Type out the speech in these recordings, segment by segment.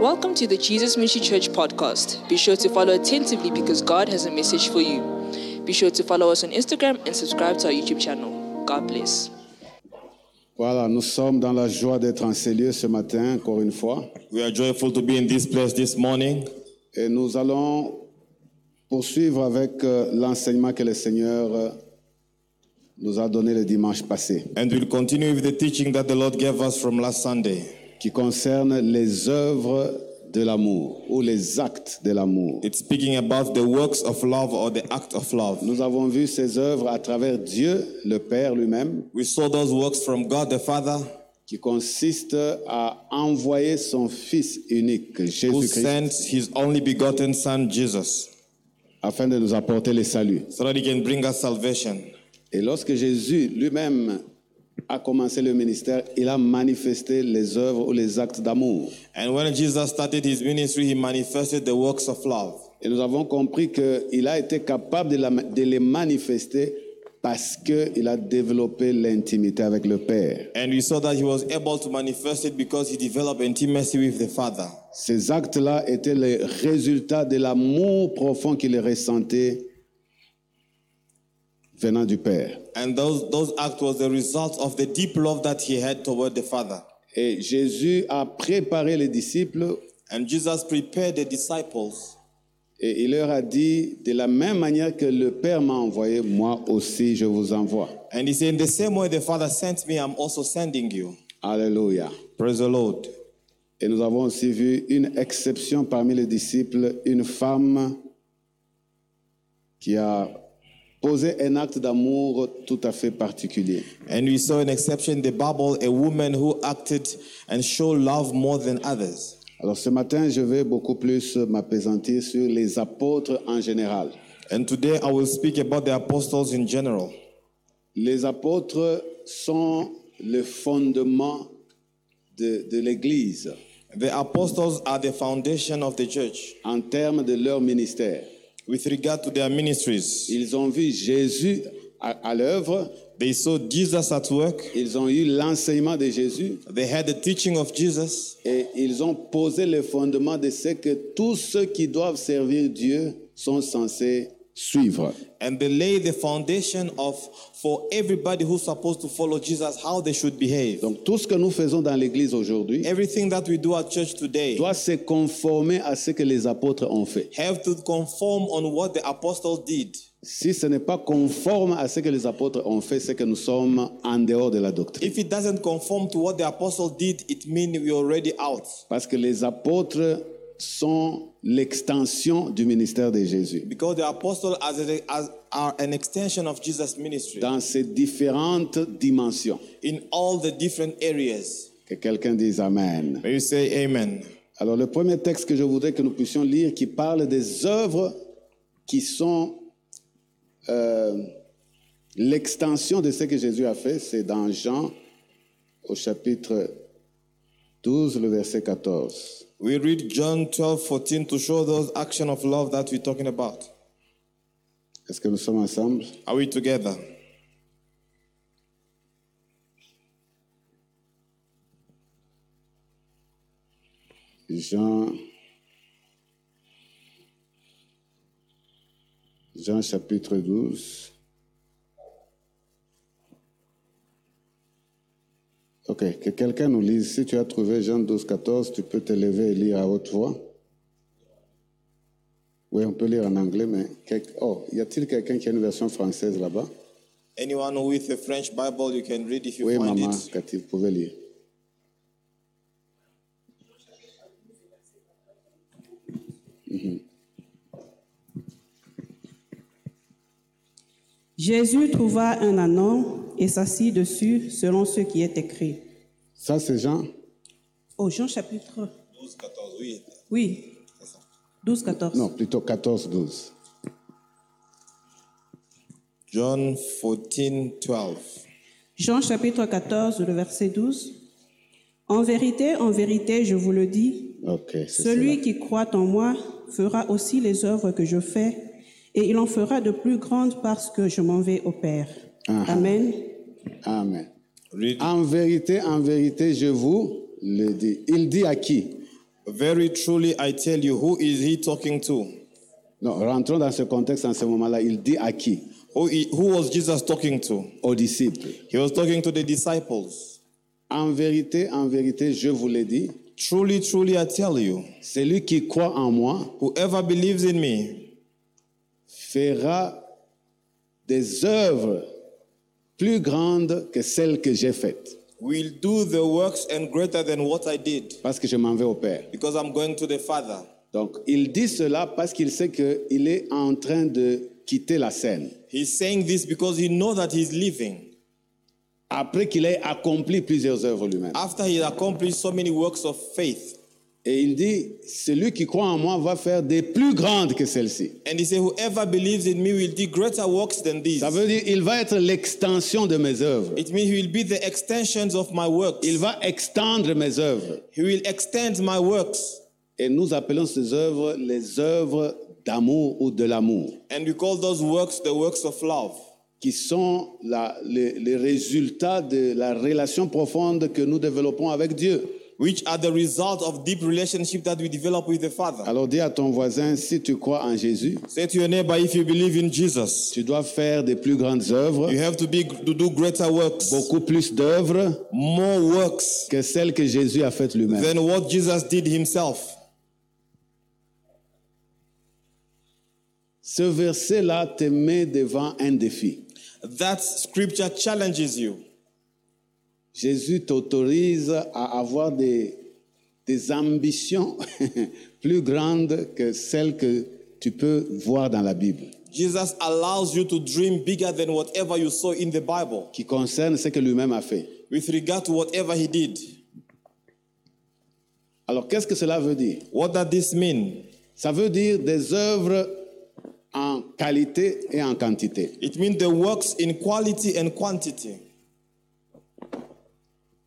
Welcome to the Jesus Ministry Church podcast. Be sure to follow attentively because God has a message for you. Be sure to follow us on Instagram and subscribe to our YouTube channel. God bless. Voilà, nous sommes dans la joie d'être en ces lieux ce matin, encore une fois. We are joyful to be in this place this morning. Et nous allons poursuivre avec euh, l'enseignement que le Seigneur euh, nous a donné le dimanche passé, And we'll continue with the teaching that the Lord gave us from last Sunday. qui concerne les œuvres de l'amour ou les actes de l'amour. It's speaking about the works of love or the act of love. Nous avons vu ces œuvres à travers Dieu, le Père lui-même, We saw those works from God the Father qui consistent à envoyer son Fils unique, who Jésus-Christ, sent his only begotten Son, Jesus, afin de nous apporter le salut. so that he can bring us salvation. Et lorsque Jésus lui-même a commencé le ministère, il a manifesté les œuvres ou les actes d'amour. And when Jesus started his ministry, he manifested the works of love. Et nous avons compris qu'il a été capable de, la- de les manifester parce qu'il a développé l'intimité avec le Père. And we saw that he was able to manifest it because he developed intimacy with the Father. Ces actes-là étaient les résultats de l'amour profond qu'il ressentait venant du Père. And those, those acts was the result of the deep love that he had toward the Father. Et Jésus a préparé les disciples And Jesus prepared the disciples. Et il leur a dit, de la même manière que le Père m'a envoyé, moi aussi je vous envoie. And he said, In the same way the Father sent me, I'm also sending you. Alléluia. Praise the Lord. Et nous avons aussi vu une exception parmi les disciples, une femme qui a posé un acte d'amour tout à fait particulier. And we saw an exception in the Bible, a woman who acted and showed love more than others. Alors ce matin, je vais beaucoup plus m'apaisantir sur les apôtres en général. And today I will speak about the apostles in general. Les apôtres sont le fondement de- de l'Église The apostles are the foundation of the church en termes de leur ministère. with regard to their ministries. Ils ont vu Jésus à, à l'œuvre, They saw Jesus at work, ils ont eu l'enseignement de Jésus they had the teaching of Jesus, et ils ont posé le fondement de ce que tous ceux qui doivent servir Dieu sont censés suivre. and they laid the foundation of for everybody who's supposed to follow Jesus how they should behave. Donc tout ce que nous faisons dans l'Église aujourd'hui Everything that we do at church today doit se conformer à ce que les apôtres ont fait. have to conform on what the apostles did. Si ce n'est pas conforme à ce que les apôtres ont fait, c'est que nous sommes en dehors de la doctrine. If it doesn't conform to what the apostles did, it means we're already out. Parce que les apôtres sont l'extension du ministère de Jésus. Because the apostles as a- as- are an extension of Jesus' ministry dans ces différentes dimensions. in all the different areas. Que quelqu'un dise Amen. May you say amen. Alors le premier texte que je voudrais que nous puissions lire qui parle des œuvres qui sont euh, l'extension de ce que Jésus a fait, c'est dans Jean au chapitre 12, le verset 14. We read John 12, 14 to show those action of love that we're talking about. Est-ce que nous sommes ensemble Are we together? Jean, Jean chapitre 12. Ok, que quelqu'un nous lise. Si tu as trouvé Jean 12, 14, tu peux te lever et lire à haute voix. Oui, on peut lire en anglais, mais... quel- Oh, y a-t-il quelqu'un qui a une version française là-bas Anyone with a French Bible, you can read if you Oui, find maman, it. Cathy, vous pouvez lire. Jésus trouva un anon et s'assit dessus selon ce qui est écrit. Ça, c'est Jean Au Oh, Jean chapitre, oui, 12, 14. Non, plutôt 14, 12. John 14, 12. Jean chapitre 14, le verset 12. En vérité, en vérité, je vous le dis, Ok, c'est celui cela. qui croit en moi fera aussi les œuvres que je fais, et il en fera de plus grandes parce que je m'en vais au Père. Ah. Amen. Amen. Read. En vérité, en vérité, je vous le dis. Il dit à qui Very truly, I tell you, who is he talking to? Non, rentrons dans ce contexte, en ce moment-là. Il dit à qui Who, i- who was Jesus talking to? Aux disciples. He was talking to the disciples. En vérité, en vérité, je vous l'ai dit, Truly, truly, I tell you, celui qui croit en moi whoever believes in me fera des œuvres plus grandes que celles que j'ai faites, will do the works and greater than what I did, parce que je m'en vais au Père. because I'm going to the Father. Donc, il dit cela parce qu'il sait qu'il est en train de quitter la scène. He's saying this because he knows that he's leaving Après qu'il ait accompli plusieurs œuvres lui-même. after he accomplished so many works of faith. Et il dit, celui qui croit en moi va faire des plus grandes que celles-ci. And he said, Whoever believes in me will do greater works than these. Ça veut dire, il va être l'extension de mes œuvres. It means he will be the extensions of my works. Il va extendre mes œuvres. He will extend my works. Et nous appelons ces œuvres les œuvres d'amour ou de l'amour, And we call those works the works of love. qui sont la- les, les résultats de la relation profonde que nous développons avec Dieu. which are the result of deep relationship that we develop with the Father. Alors dis à ton voisin, si tu crois en Jésus, Say to your neighbor, if you believe in Jesus, tu dois faire des plus grandes œuvres, you have to be to do greater works, beaucoup plus d'œuvres more works que celles que Jésus a faites lui-même. than what Jesus did himself. Ce verset-là te met devant un défi. That scripture challenges you. Jésus t'autorise à avoir des, des ambitions plus grandes que celles que tu peux voir dans la Bible, Jesus allows you to dream bigger than whatever you saw in the Bible qui concernent ce que lui-même a fait. with regard to whatever he did. Alors qu'est-ce que cela veut dire What does this mean? Ça veut dire des œuvres en qualité et en quantité, It means the works in quality and quantity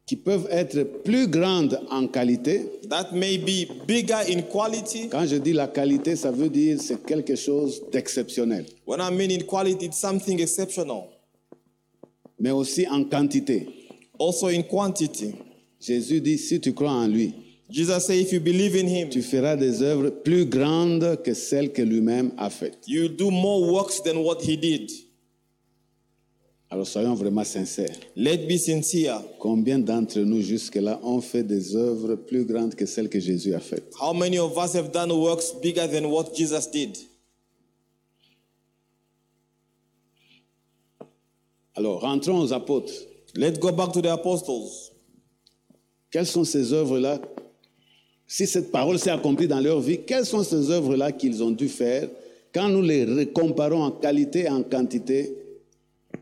qui peuvent être plus grandes en qualité. that may be bigger in quality. Quand je dis la qualité, ça veut dire c'est quelque chose d'exceptionnel, When I mean in quality, it's something exceptional. mais aussi en quantité. also in quantity. Jésus dit, si tu crois en lui, Jesus said, if you believe in tu him, feras des œuvres plus grandes que celles que lui-même a faites. you will do more works than what he did. Alors soyons vraiment sincères. Let's be sincere. Combien d'entre nous jusque-là ont fait des œuvres plus grandes que celles que Jésus a faites How many of us have done works bigger than what Jesus did? Alors rentrons aux apôtres. Let's go back to the apostles. Quelles sont ces œuvres-là Si cette parole s'est accomplie dans leur vie, quelles sont ces œuvres-là qu'ils ont dû faire Quand nous les comparons en qualité et en quantité,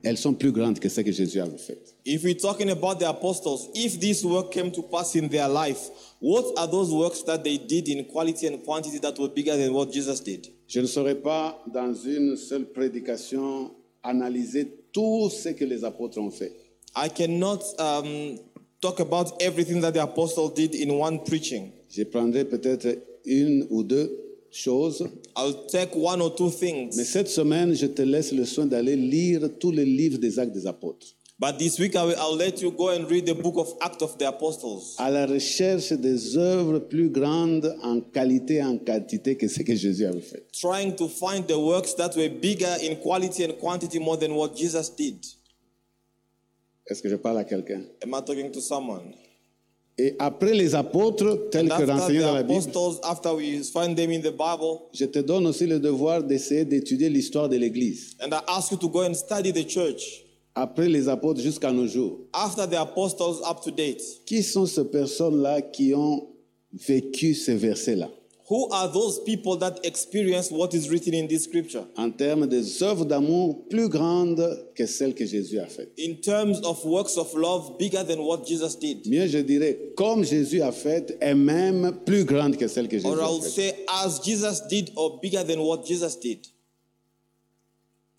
elles sont plus grandes que celles que Jésus avait faites. If we're talking about the apostles, if this work came to pass in their life, what are those works that they did in quality and quantity that were bigger than what Jesus did? Je ne saurais pas, dans une seule prédication, analyser tout ce que les apôtres ont fait. I cannot um, talk about everything that the apostle did in one preaching. Je prendrai peut-être une ou deux choses, I'll take one or two things. mais cette semaine, je te laisse le soin d'aller lire tous les livres des actes des apôtres, But this week I will, I'll let you go and read the book of Acts of the Apostles à la recherche des œuvres plus grandes en qualité et en quantité que ce que Jésus avait fait. trying to find the works that were bigger in quality and quantity more than what Jesus did. Est-ce que je parle à quelqu'un Am I talking to someone? Et après les apôtres, tels And que after renseignés dans the la Bible, apostles, after we find them in the Bible, je te donne aussi le devoir d'essayer d'étudier l'histoire de l'Église. and I ask you to go and study the church. Après les apôtres jusqu'à nos jours. After the apostles up to date, Qui sont ces personnes-là qui ont vécu ces versets-là who are those people that experience what is written in this scripture en termes des œuvres d'amour plus grandes que celles que Jésus a faites. in terms of works of love bigger than what Jesus did? Mieux, je dirais, comme Jésus a faites, et même plus grandes que celles que Jésus Or I'll a faites. say, as Jesus did, or bigger than what Jesus did.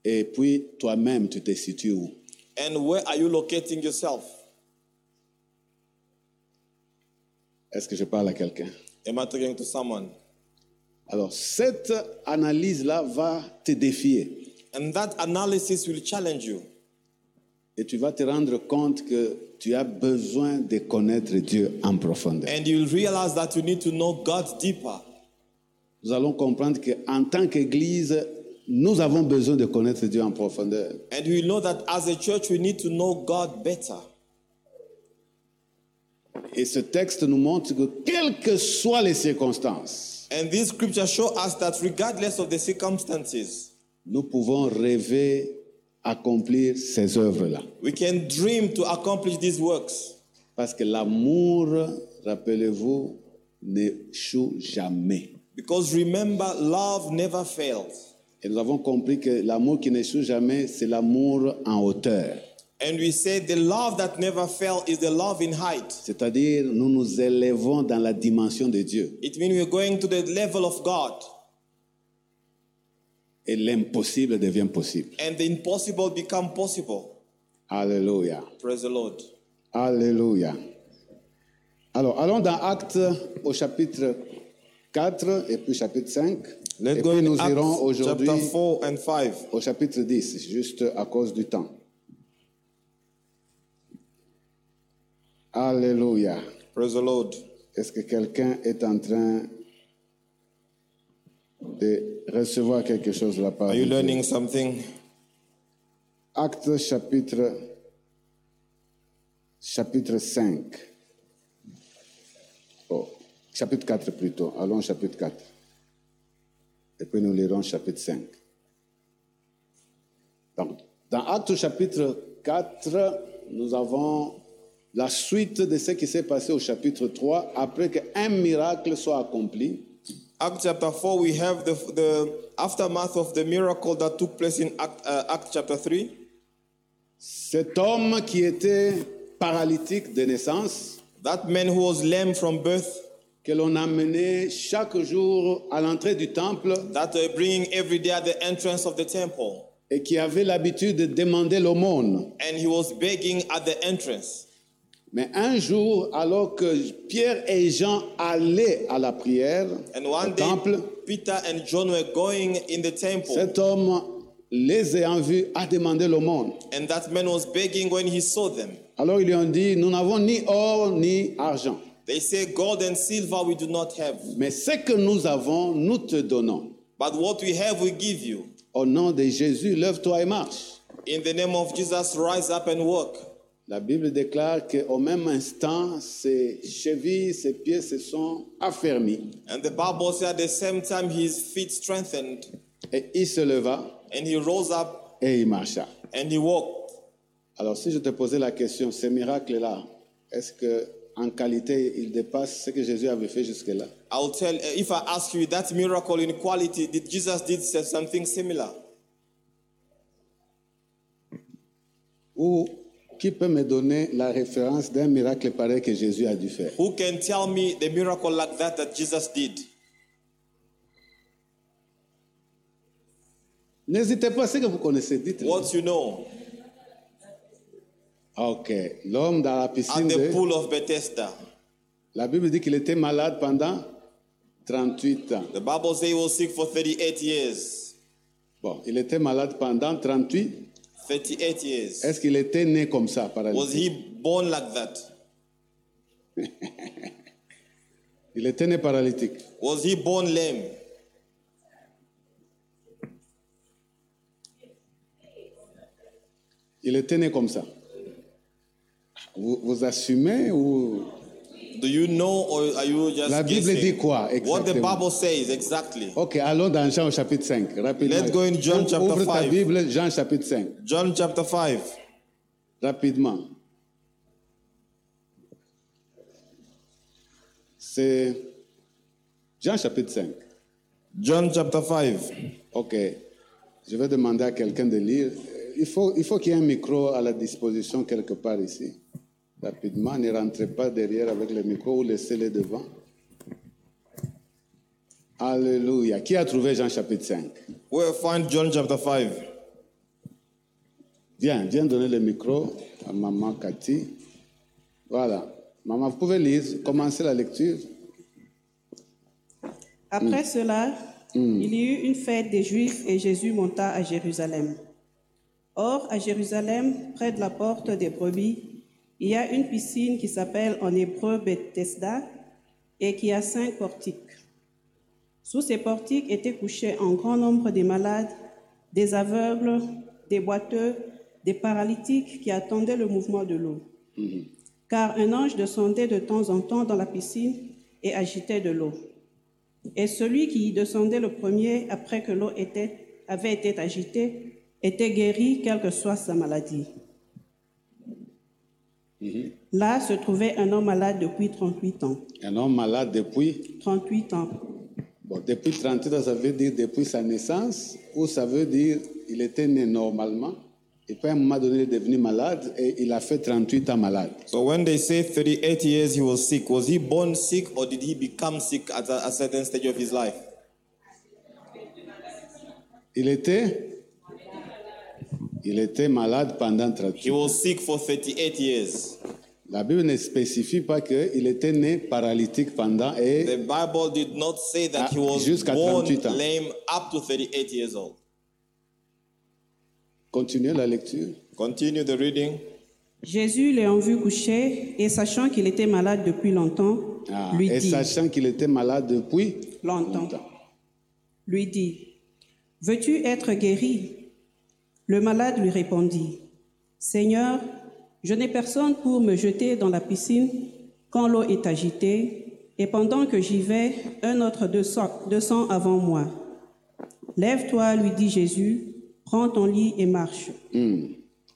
Et puis, toi-même, tu te situes où And where are you locating yourself? Est-ce que je parle à quelqu'un Am I talking to someone? Alors, cette analyse-là va te défier. And that analysis will challenge you. Et tu vas te rendre compte que tu as besoin de connaître Dieu en profondeur. And you'll realize that you need to know God deeper. Nous allons comprendre qu'en tant qu'Église, nous avons besoin de connaître Dieu en profondeur. And we know that as a church, we need to know God better. Et ce texte nous montre que quelles que soient les circonstances, And these scriptures show us that regardless of the circumstances, nous pouvons rêver, accomplir ces œuvres-là. we can dream to accomplish these works. Parce que l'amour, rappelez-vous, n'échoue jamais. Because remember, love never fails. Et nous avons compris que l'amour qui n'échoue jamais, c'est l'amour en hauteur. And we say the love that never fails is the love in height. C'est-à-dire, nous nous élevons dans la dimension de Dieu. It means we're going to the level of God, Et l'impossible devient possible. and the impossible become possible. Alléluia. Praise the Lord. Alléluia. Alors, allons dans Actes au chapitre 4 et puis chapitre 5. et puis nous irons Acts aujourd'hui chapter 4 and 5. au chapitre 10, juste à cause du temps. Alléluia. Praise the Lord. Est-ce que quelqu'un est en train de recevoir quelque chose de la part Are de you Dieu? learning something? Actes chapitre, chapitre 5. Oh, chapitre 4 plutôt. Allons au chapitre 4. Et puis nous lirons chapitre 5. Donc, dans Actes chapitre 4, nous avons la suite de ce qui s'est passé au chapitre 3 après qu'un miracle soit accompli. Act chapter 4, we have the, the aftermath of the miracle that took place in Act, uh, Act chapter 3. Cet homme qui était paralytique de naissance, That man who was lame from birth, que l'on amenait chaque jour à l'entrée du temple that they bringing every day at the entrance of the temple, et qui avait l'habitude de demander l'aumône. and he was begging at the entrance. Mais un jour, alors que Pierre et Jean allaient à la prière And au one day, Oh. temple, Peter and John were going in the temple, cet homme, les ayant vus, a demandé l'aumône. and that man was begging when he saw them. Alors ils lui ont dit, nous n'avons ni or ni argent, They say, Gold and silver we do not have, mais ce que nous avons, nous te donnons. but what we have we give you. Au nom de Jésus, lève-toi et marche. In the name of Jesus, rise up and walk. La Bible déclare qu'au même instant, ses chevilles, ses pieds se sont affermis. And the Bible said at the same time his feet strengthened, Et il se leva and he rose up et il marcha. and he walked. Alors si je te posais la question, ces miracles-là, est-ce que en qualité, ils dépassent ce que Jésus avait fait jusque-là I'll tell if I ask you that miracle in quality, did Jesus did say something similar? Ou qui peut me donner la référence d'un miracle pareil que Jésus a dû faire Who can tell me the miracle like that that Jesus did? N'hésitez pas, ce que vous connaissez, dites-le. What you know Ok, l'homme dans la at piscine, the de- pool of Bethesda. la Bible dit qu'il était malade pendant 38 ans. The Bible says he was sick for 38 years. Bon, il était malade pendant 38. 38 years. Est-ce qu'il était né comme ça, Was paralytique he born like that? Il était né paralytique. Was he born lame? Il était né comme ça. Vous, vous assumez ou... Do you know or are you just La Bible guessing? dit quoi What the exactement? Bible says exactly. Ok, allons dans Jean au chapitre 5, rapidement. Let's go in John Ouvre- chapter Ouvre ta 5. Bible, Jean chapitre 5, John chapter 5. rapidement. C'est Jean chapitre 5. John chapter 5. Ok, je vais demander à quelqu'un de lire. Il faut, il faut qu'il y ait un micro à la disposition quelque part ici. Rapidement, ne rentrez pas derrière avec le micro ou laissez-le devant. Alléluia. Qui a trouvé Jean chapitre 5 We'll find John chapter 5. Viens, viens donner le micro à maman Cathy. Voilà. Maman, vous pouvez lire, commencer la lecture. Après cela, il y eut une fête des Juifs et Jésus monta à Jérusalem. Or, à Jérusalem, près de la porte des brebis, il y a une piscine qui s'appelle en hébreu Bethesda et qui a cinq portiques. Sous ces portiques étaient couchés en grand nombre des malades, des aveugles, des boiteux, des paralytiques qui attendaient le mouvement de l'eau. Car un ange descendait de temps en temps dans la piscine et agitait de l'eau. Et celui qui y descendait le premier, après que l'eau était- avait été agitée, était guéri, quelle que soit sa maladie. Mm-hmm. Là se trouvait un homme malade depuis 38 ans. Un homme malade depuis, 38 ans. bon, depuis 30 ans, ça veut dire depuis sa naissance, ou ça veut dire il était né normalement, et puis à un moment donné, il est devenu malade, et il a fait 38 ans malade. So when they say 38 years he was sick, was he born sick or did he become sick at a, a certain stage of his life? Il était, il était malade pendant 38 He was sick for 38 years. La Bible ne spécifie pas qu'il était né paralytique pendant et The Bible did not say that Ah, he was jusqu'à born 38 ans. lame up to 38 years old. continuez la lecture. Continue the reading. Jésus l'ayant vu coucher et sachant qu'il était malade depuis longtemps, Ah, lui et dit sachant qu'il était malade depuis Longtemps. longtemps. lui dit, Veux-tu être guéri Le malade lui répondit, Seigneur, je n'ai personne pour me jeter dans la piscine quand l'eau est agitée, et pendant que j'y vais, un autre descend descend avant moi. Lève-toi, lui dit Jésus, prends ton lit et marche.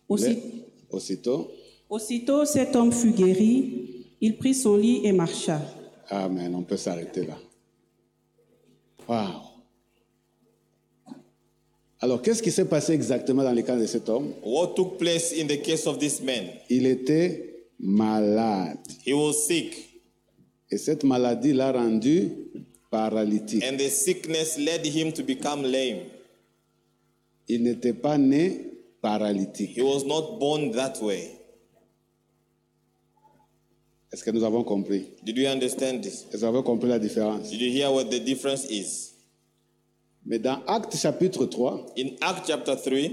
Aussi- Mais, aussitôt. aussitôt cet homme fut guéri, il prit son lit et marcha. Amen. Ah, On peut s'arrêter là. Wow. Alors, qu'est-ce qui s'est passé exactement dans le cas de cet homme What took place in the case of this man? Il était malade. He was sick, Et cette maladie l'a rendu paralytique. and the sickness led him to become lame. Il n'était pas né paralytique. He was not born that way. Est-ce que nous avons compris Did you understand this? Est-ce que nous avons compris la différence Did you hear what the difference is? Mais dans Acte chapitre 3, In Acts chapter 3,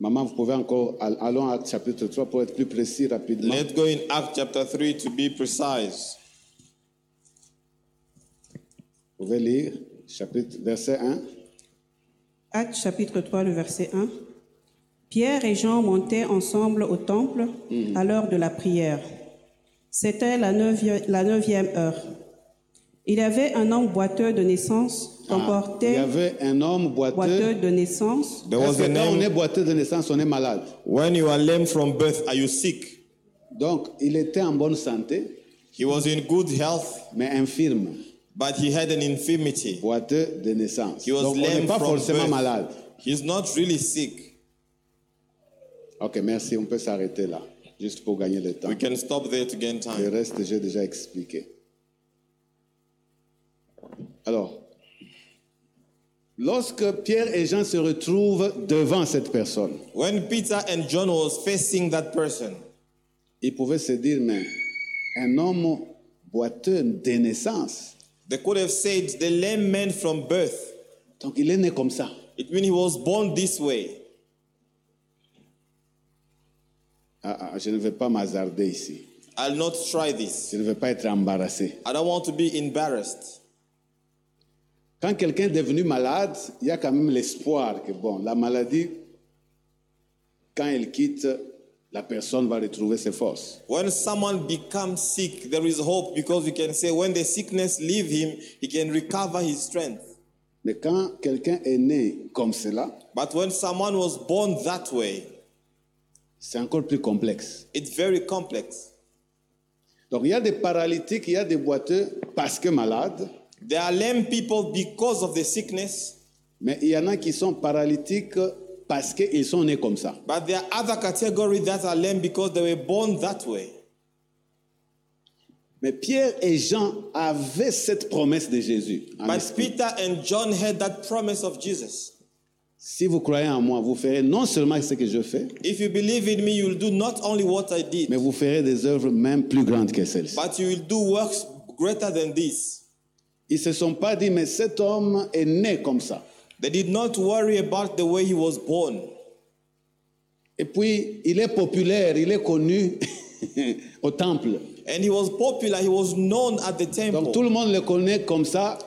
maman, vous pouvez encore, all- allons à Acte chapitre 3 pour être plus précis rapidement. let's go in Acts chapter 3 to be precise. Vous pouvez lire chapitre, verset 1. Actes chapitre 3, le verset 1. Pierre et Jean montaient ensemble au temple à l'heure de la prière. C'était la, neuvi- la neuvième heure. Il y avait un homme boiteux de naissance, Ah, il y comporté avait un homme boiteux. boiteux de naissance. There Parce was que a quand on est name. boiteux de naissance, on est malade. When you are lame from birth, are you sick? Donc, il était en bonne santé, He was in good health, mais infirme, but he had an infirmity. boiteux de naissance. He was Donc, on n'est lame pas from forcément birth. malade. He's not really sick. Ok, merci, on peut s'arrêter là, juste pour gagner le temps. We can stop there to gain Le time. reste, j'ai déjà expliqué. Alors, lorsque Pierre et Jean se retrouvent devant cette personne, When Peter and John was facing that person, ils pouvaient se dire, mais un homme boiteux de naissance, they could have said the lame man from birth. donc il est né comme ça. It means he was born this way. Ah, ah, je ne vais pas m'hazarder ici. I'll not try this. Je ne vais pas être embarrassé. I don't want to be embarrassed. Quand quelqu'un est devenu malade, il y a quand même l'espoir que, bon, la maladie, quand elle quitte, la personne va retrouver ses forces. When someone becomes sick, there is hope because we can say when the sickness leave him, he can recover his strength. Mais quand quelqu'un est né comme cela, But when someone was born that way, c'est encore plus complexe. it's very complex. Donc il y a des paralytiques, il y a des boiteux parce que malades, There are lame people because of the sickness, mais il y en a qui sont paralytiques parce qu'ils sont nés comme ça. but there are other categories that are lame because they were born that way. Mais Pierre et Jean avaient cette promesse de Jésus. en But esprit. Peter and John heard that promise of Jesus. Si vous croyez en moi, vous ferez non seulement ce que je fais, If you believe in me, you'll do not only what I did, mais vous ferez des œuvres même plus grandes que celles-ci. but you will do works greater than this. Ils se sont pas dit, mais cet homme est né comme ça. They did not worry about the way he was born. Et puis, il est populaire, il est connu au temple. And he was popular, he was known at the Donc, tout temple. le monde le connaît comme ça,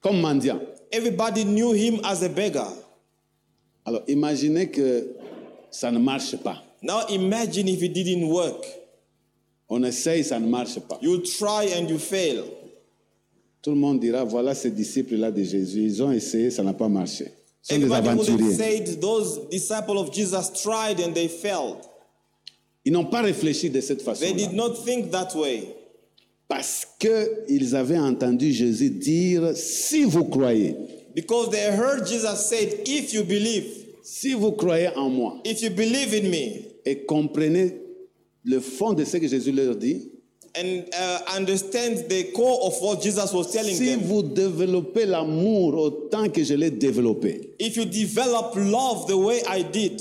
comme mendiant. Everybody knew him as a beggar. Alors, imaginez que ça ne marche pas. Now imagine if it didn't work. On essaye, ça ne marche pas. You try and you fail. Tout le monde dira, voilà ces disciples-là de Jésus, ils ont essayé, ça n'a pas marché. Ce sont des Everybody would have aventuriers. said those disciples of Jesus tried and they failed. Ils n'ont pas réfléchi de cette They façon did not think that way parce qu'ils avaient entendu Jésus dire, si vous croyez, because they heard Jesus said, "If you believe, si vous croyez en moi if you believe in me et comprenez le fond de ce que Jésus leur dit, and uh, understand the core of what Jesus was telling si them, vous développez l'amour autant que je l'ai développé, if you develop love the way I did,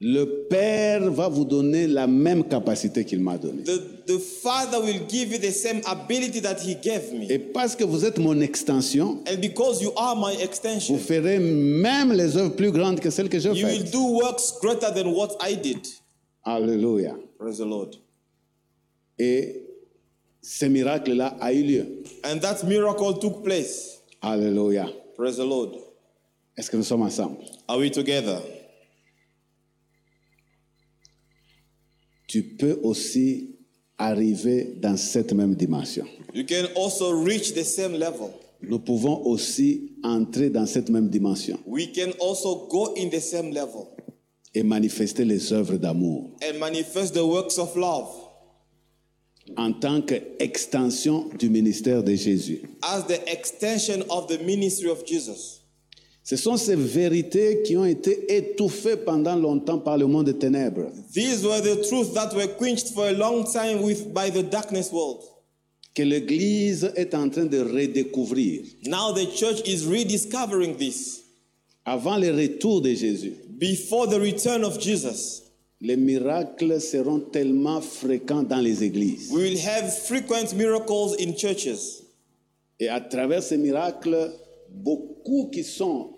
le Père va vous donner la même capacité qu'il m'a donnée. the the Father will give you the same ability that He gave me, Et parce que vous êtes mon extension, and because you are my vous extension, ferez même les œuvres plus grandes que celles que je you will fais. do works greater than what I did." Alléluia. Praise the Lord. Et ce miracle-là a eu lieu. And that miracle took place. Alléluia. Praise the Lord. Est-ce que nous sommes ensemble? Are we together? Tu peux aussi arriver dans cette même dimension. You can also reach the same level. Nous pouvons aussi entrer dans cette même dimension We can also go in the same level et manifester les œuvres d'amour and manifest the works of love en tant qu'extension du ministère de Jésus. as the extension of the ministry of Jesus. Ce sont ces vérités qui ont été étouffées pendant longtemps par le monde des ténèbres. These were the truths that were quenched for a long time with by the darkness world. que l'Église est en train de redécouvrir Now the church is rediscovering this. avant le retour de Jésus. Before the return of Jesus, Les miracles seront tellement fréquents dans les églises. we will have frequent miracles in churches. Et à travers ces miracles, beaucoup qui sont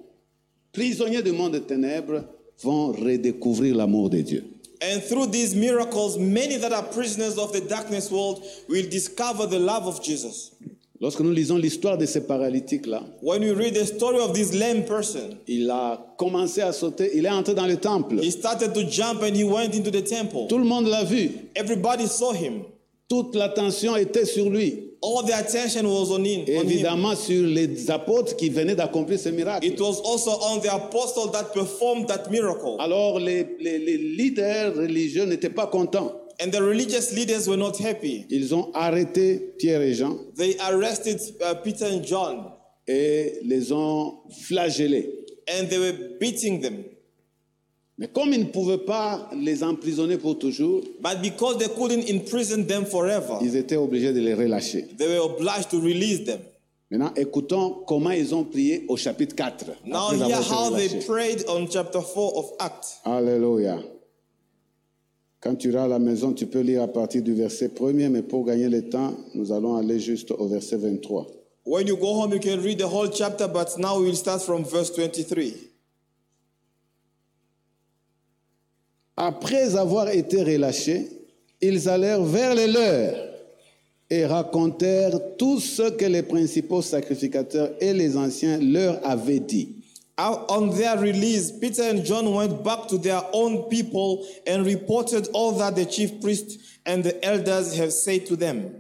prisonniers du monde des ténèbres vont redécouvrir l'amour de Dieu. And through these miracles, many that are prisoners of the darkness world will discover the love of Jesus. Lorsque nous lisons l'histoire de ces paralytiques-là, When you read the story of this lame person, il a commencé à sauter, il est entré dans le temple. he started to jump and he went into the temple. Tout le monde l'a vu. Everybody saw him. Toute l'attention était sur lui. All the attention was on him. on him. Évidemment, sur les apôtres qui venaient d'accomplir ce miracle. It was also on the apostle that performed that miracle. Alors les, les- les leaders religieux n'étaient pas contents. And the religious leaders were not happy. Ils ont arrêté Pierre et Jean They arrested uh, Peter and John et les ont flagellés. and they were beating them. Mais comme ils ne pouvaient pas les emprisonner pour toujours, But because they couldn't imprison them forever, ils étaient obligés de les relâcher. they were obliged to release them. Maintenant, écoutons comment ils ont prié au chapitre 4. Now après hear avoir été how they relâchés. prayed on chapter 4 of Acts. Alléluia. Quand tu iras à la maison, tu peux lire à partir du verset 1er, mais pour gagner le temps, nous allons aller juste au verset 23. When you go home, you can read the whole chapter, but now we'll start from verse 23. Après avoir été relâchés, ils allèrent vers les leurs et racontèrent tout ce que les principaux sacrificateurs et les anciens leur avaient dit. Out on their release, Peter and John went back to their own people and reported all that the chief priest and the elders have said to them.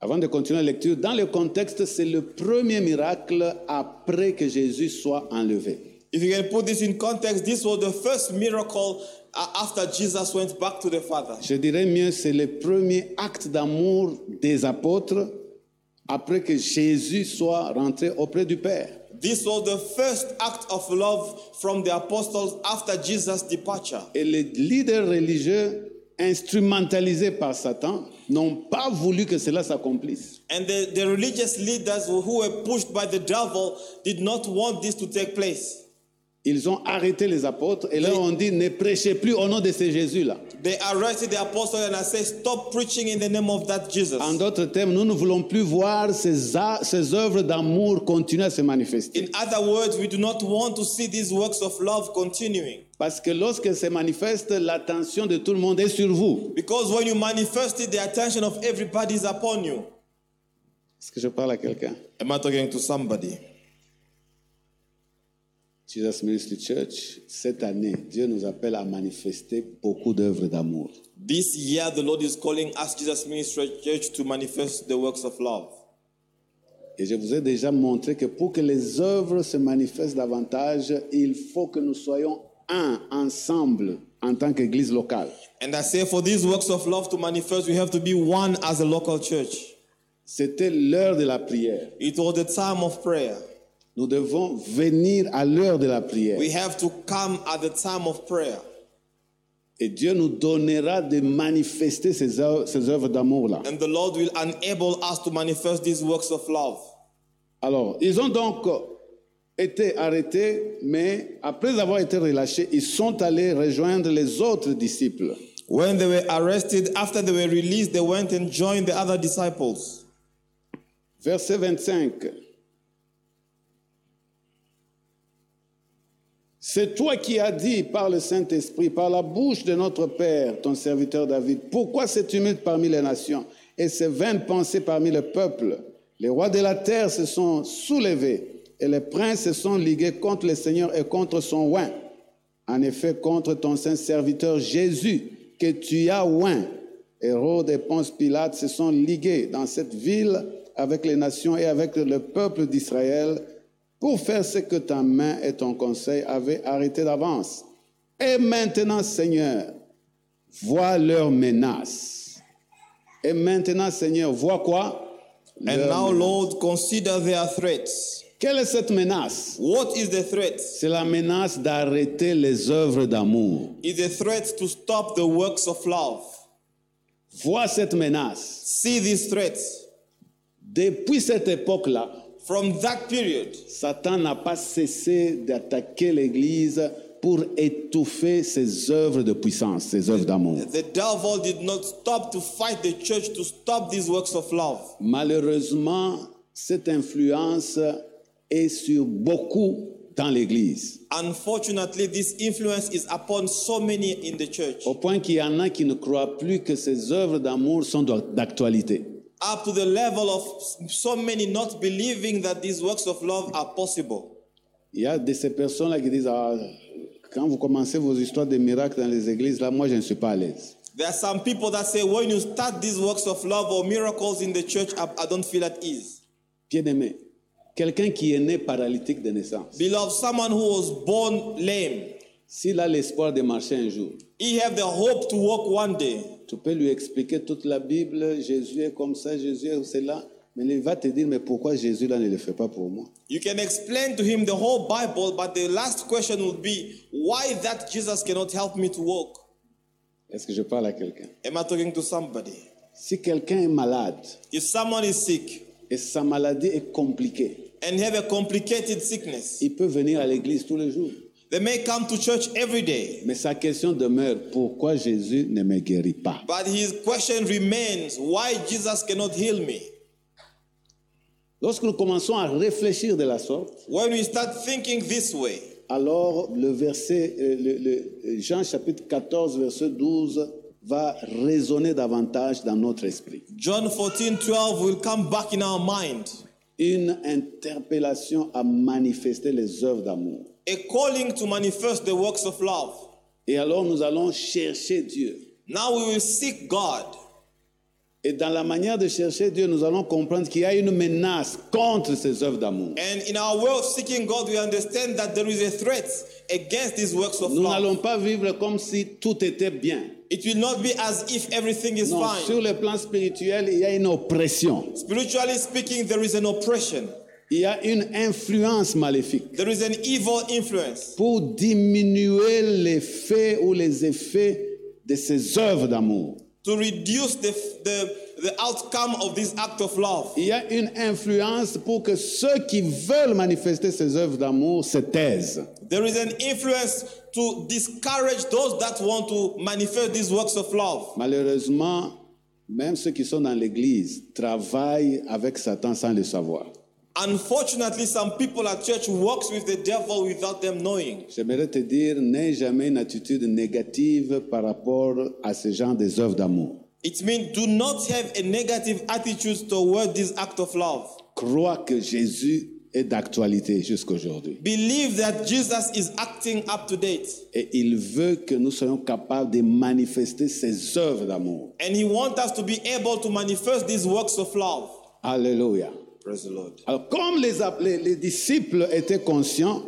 Avant de continuer la lecture, dans le contexte, c'est le premier miracle après que Jésus soit enlevé. If you can put this in context, this was the first miracle uh, after Jesus went back to the Father. Je dirais mieux, c'est le premier acte d'amour des apôtres après que Jésus soit rentré auprès du Père. This was the first act of love from the apostles after Jesus' departure. Et les leaders religieux instrumentalisés par Satan n'ont pas voulu que cela s'accomplisse. And the, the religious leaders who were pushed by the devil did not want this to take place. Ils ont arrêté les apôtres et leur ont dit ne prêchez plus au nom de ce Jésus-là. They arrested the apostle and I said, Stop preaching in the name of that Jesus. En d'autres termes, nous ne voulons plus voir ces, a- ces œuvres d'amour continuer à se manifester. in other words, we do not want to see these works of love continuing. Parce que lorsque se manifeste, l'attention de tout le monde est sur vous. Because when you manifest it, the attention of everybody is upon you. Est-ce que je parle à quelqu'un? Am I talking to somebody? Jesus Ministry Church, cette année, Dieu nous appelle à manifester beaucoup d'œuvres d'amour. This year, the Lord is calling us, Jesus Ministry Church, to manifest the works of love. Et je vous ai déjà montré que pour que les œuvres se manifestent davantage, il faut que nous soyons un, ensemble, en tant qu'église locale. And I say, for these works of love to manifest, we have to be one as a local church. C'était l'heure de la prière. It was the time of prayer. Nous devons venir à l'heure de la prière. We have to come at the time of prayer. Et Dieu nous donnera de manifester ces œuvres, ces œuvres d'amour-là. And the Lord will enable us to manifest these works of love. Alors, ils ont donc été arrêtés, mais après avoir été relâchés, ils sont allés rejoindre les autres disciples. When they were arrested, after they were released, they went and joined the other disciples. Verset 25. C'est toi qui as dit par le Saint-Esprit, par la bouche de notre Père, ton serviteur David, pourquoi ce tumulte parmi les nations et ces vaines pensées parmi le peuple Les rois de la terre se sont soulevés et les princes se sont ligués contre le Seigneur et contre son oint. En effet, contre ton Saint-Serviteur Jésus, que tu as oint, Hérode et Ponce Pilate se sont ligués dans cette ville avec les nations et avec le peuple d'Israël pour faire ce que ta main et ton conseil avaient arrêté d'avance. Et maintenant, Seigneur, vois leurs menaces. Et maintenant, Seigneur, vois quoi And Leurs now, menaces. Lord, consider their threats. Quelle est cette menace What is the threat? C'est la menace d'arrêter les œuvres d'amour. Is a threat to stop the works of love. Vois cette menace. See these threats. Depuis cette époque-là, From that period, Satan n'a pas cessé d'attaquer l'Église pour étouffer ses œuvres de puissance, ses œuvres d'amour. the devil did not stop to fight the church to stop these works of love. Malheureusement, cette influence est sur beaucoup dans l'Église, Unfortunately, this influence is upon so many in the church, au point qu'il y en a qui ne croient plus que ces œuvres d'amour sont d'actualité. up to the level of so many not believing that these works of love are possible. Il y a de ces personnes-là qui disent, ah, quand vous commencez vos histoires de miracles dans les églises, là, moi, je ne suis pas à l'aise. There are some people that say, when you start these works of love or miracles in the church, I, I don't feel at ease. Bien-aimé, quelqu'un qui est né paralytique de naissance, Beloved, someone who was born lame, s'il a l'espoir de marcher un jour, he have the hope to walk one day. tu peux lui expliquer toute la Bible, Jésus est comme ça, Jésus est cela, mais il va te dire, mais pourquoi Jésus, là, ne le fait pas pour moi You can explain to him the whole Bible, but the last question would be, why that Jesus cannot help me to walk? Est-ce que je parle à quelqu'un Am I talking to somebody? Si quelqu'un est malade If someone is sick et sa maladie est compliquée, and have a complicated sickness, il peut venir à l'église tous les jours. they may come to church every day, Mais sa question demeure, pourquoi Jésus ne me guérit pas but his question remains, why Jesus cannot heal me? Lorsque nous commençons à réfléchir de la sorte, When we start thinking this way, alors le verset, euh, le- le- Jean chapitre 14, verset 12 va résonner davantage dans notre esprit. John 14, 12 will come back in our mind. Une interpellation à manifester les œuvres d'amour. A calling to manifest the works of love. Et alors nous allons chercher Dieu. Now we will seek God. Et dans la manière de chercher Dieu, nous allons comprendre qu'il y a une menace contre ces œuvres d'amour. And in our way of seeking God, we understand that there is a threat against these works of Nous love. n'allons pas vivre comme si tout était bien. It will not be as if everything is Non, fine. sur le plan spirituel, il y a une oppression. Spiritually speaking, there is an oppression, Il y a une influence maléfique there is an evil influence pour diminuer l'effet ou les effets de ces œuvres d'amour. to reduce the, the, the outcome of this act of love. Il y a une influence pour que ceux qui veulent manifester ces œuvres d'amour se taisent. There is an influence to discourage those that want to manifest these works of love. Malheureusement, même ceux qui sont dans l'Église travaillent avec Satan sans le savoir. Unfortunately, some people at church works with the devil without them knowing. J'aimerais te dire, n'aie jamais une attitude négative par rapport à ce genre des œuvres d'amour. It means do not have a negative attitude toward this act of love. Crois que Jésus est d'actualité jusqu'aujourd'hui. Believe that Jesus is acting up to date Et il veut que nous soyons capables de manifester ses œuvres d'amour. and he wants us to be able to manifest these works of love. Alléluia. Praise the Lord. Alors, comme les, app- les- les disciples étaient conscients,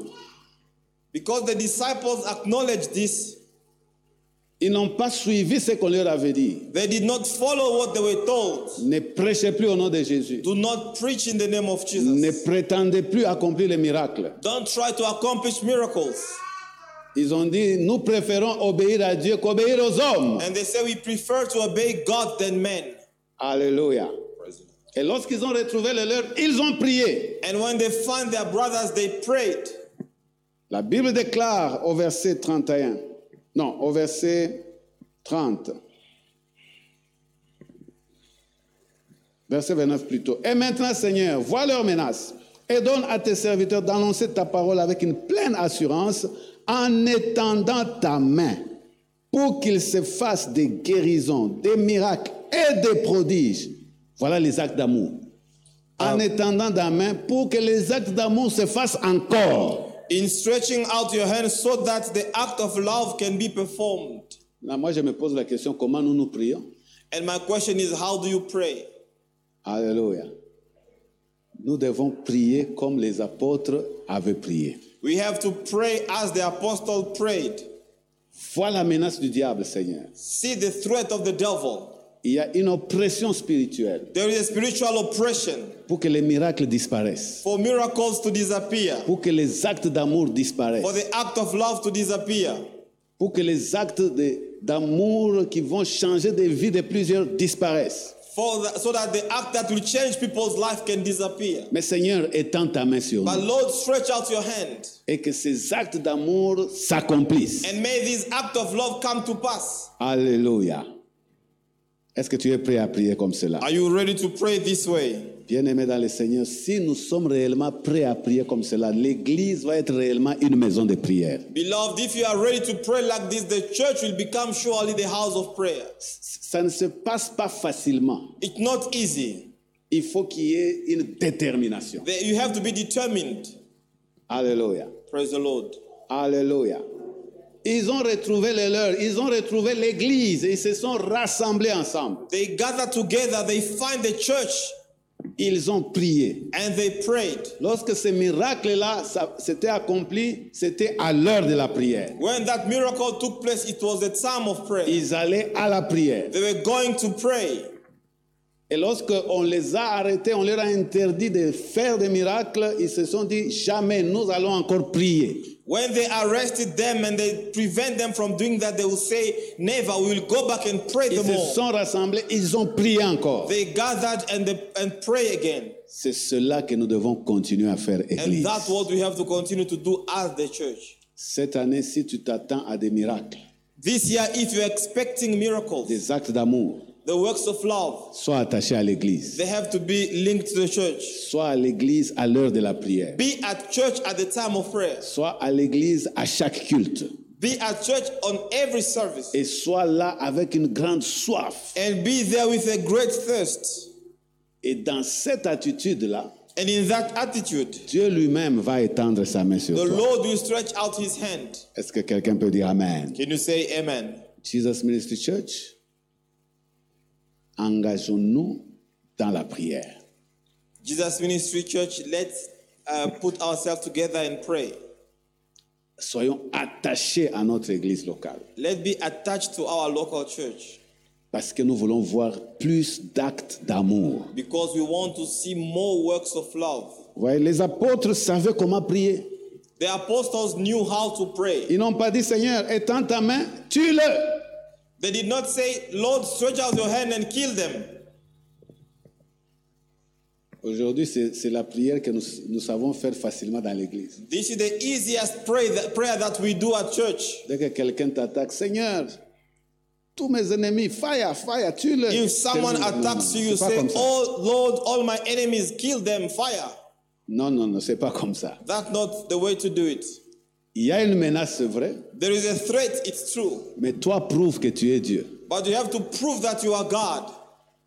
Because the disciples acknowledged this, ils n'ont pas suivi ce qu'on leur avait dit. they did not follow what they were told. Ne prêchez plus au nom de Jésus. Do not preach in the name of Ne Jesus. prétendez plus accomplir les miracles. Don't try to accomplish miracles. Ils ont dit, nous préférons obéir à Dieu qu'obéir aux hommes. And they say we prefer to obey God than men. Alléluia. Et lorsqu'ils ont retrouvé le leur, ils ont prié. And when they found their brothers, they prayed. La Bible déclare au verset 31, non, au verset 30, verset 29 plutôt. Et maintenant, Seigneur, vois leurs menaces et donne à tes serviteurs d'annoncer ta parole avec une pleine assurance en étendant ta main pour qu'il se fasse des guérisons, des miracles et des prodiges. Voilà les actes d'amour. En étendant ta main pour que les actes d'amour se fassent encore. In stretching out your hands so that the act of love can be performed. Là, moi, je me pose la question comment nous nous prions And my question is, how do you pray? Alléluia. Nous devons prier comme les apôtres avaient prié. We have to pray as the apostle prayed. Vois la menace du diable, Seigneur. See the threat of the devil. Il y a une oppression spirituelle There is a spiritual oppression pour que les miracles disparaissent, for miracles to disappear, pour que les actes d'amour disparaissent, for the act of love to disappear, pour que les actes de- d'amour qui vont changer des vies de plusieurs disparaissent. for the, so that the act that will change people's life can disappear. Mais Seigneur, étends ta main sur But nous Lord, stretch out your hand et que ces actes d'amour s'accomplissent. and may this act of love come to pass. Alléluia. Est-ce que tu es prêt à prier comme cela Are you ready to pray this way? Bien-aimés dans le Seigneur, si nous sommes réellement prêts à prier comme cela, l'Église va être réellement une maison de prière. Beloved, if you are ready to pray like this, the church will become surely the house of prayer. Ça ne se passe pas facilement. It's not easy. Il faut qu'il y ait une détermination. There- You have to be determined. Alléluia. Praise the Lord. Alléluia. Ils ont retrouvé les leurs, ils ont retrouvé l'Église et ils se sont rassemblés ensemble. They gather together, they find the church, Ils ont prié. and they prayed. Lorsque ce miracle-là ça- s'était accompli, c'était à l'heure de la prière. When that miracle took place, it was the time of prayer. Ils allaient à la prière. They were going to pray. Et lorsqu'on les a arrêtés, on leur a interdit de faire des miracles, ils se sont dit, jamais nous allons encore prier. When they arrested them and they prevent them from doing that, they will say, Never, we will go back and pray Ils the se more. sont rassemblés, ils ont prié encore. They gathered and, they, and pray again. C'est cela que nous devons continuer à faire, And Église. that's what we have to continue to do as the church. Cette année, si tu t'attends à des miracles, This year, if you're expecting miracles, des actes d'amour, the works of love, sois attaché à l'Église. they have to be linked to the church. Sois à l'Église à l'heure de la prière. Be at church at the time of prayer. Sois à l'Église à chaque culte. Be at church on every service. Et sois là avec une grande soif. And be there with a great thirst. Et dans cette attitude-là, And in that attitude, Dieu lui-même va étendre sa main sur the toi. Lord will stretch out his hand. Est-ce que quelqu'un peut dire Amen? Can you say amen? Jesus Ministry Church, engageons-nous dans la prière. Jesus Ministry Church, let's uh, put ourselves together and pray. Soyons attachés à notre église locale Let's be attached to our local church parce que nous voulons voir plus d'actes d'amour. because we want to see more works of love. Vous voyez, les apôtres savaient comment prier. The apostles knew how to pray. Ils n'ont pas dit Seigneur, étends ta main, tue-le. They did not say, Lord, stretch out your hand and kill them. Aujourd'hui, c'est c'est la prière que nous, nous savons faire facilement dans l'église. This is the easiest pray that, prayer that we do at church. Dès que quelqu'un t'attaque, Seigneur, tous mes ennemis, fire, fire, tue-le. If Non, someone non, non, attacks you, c'est you pas say, comme ça. Oh Lord, all my enemies, kill them, fire. Non, non, non, c'est pas comme ça. That's not the way to do it. Il y a une menace, c'est vrai, There is a threat, it's true. mais toi prouve que tu es Dieu But you have to prove that you are God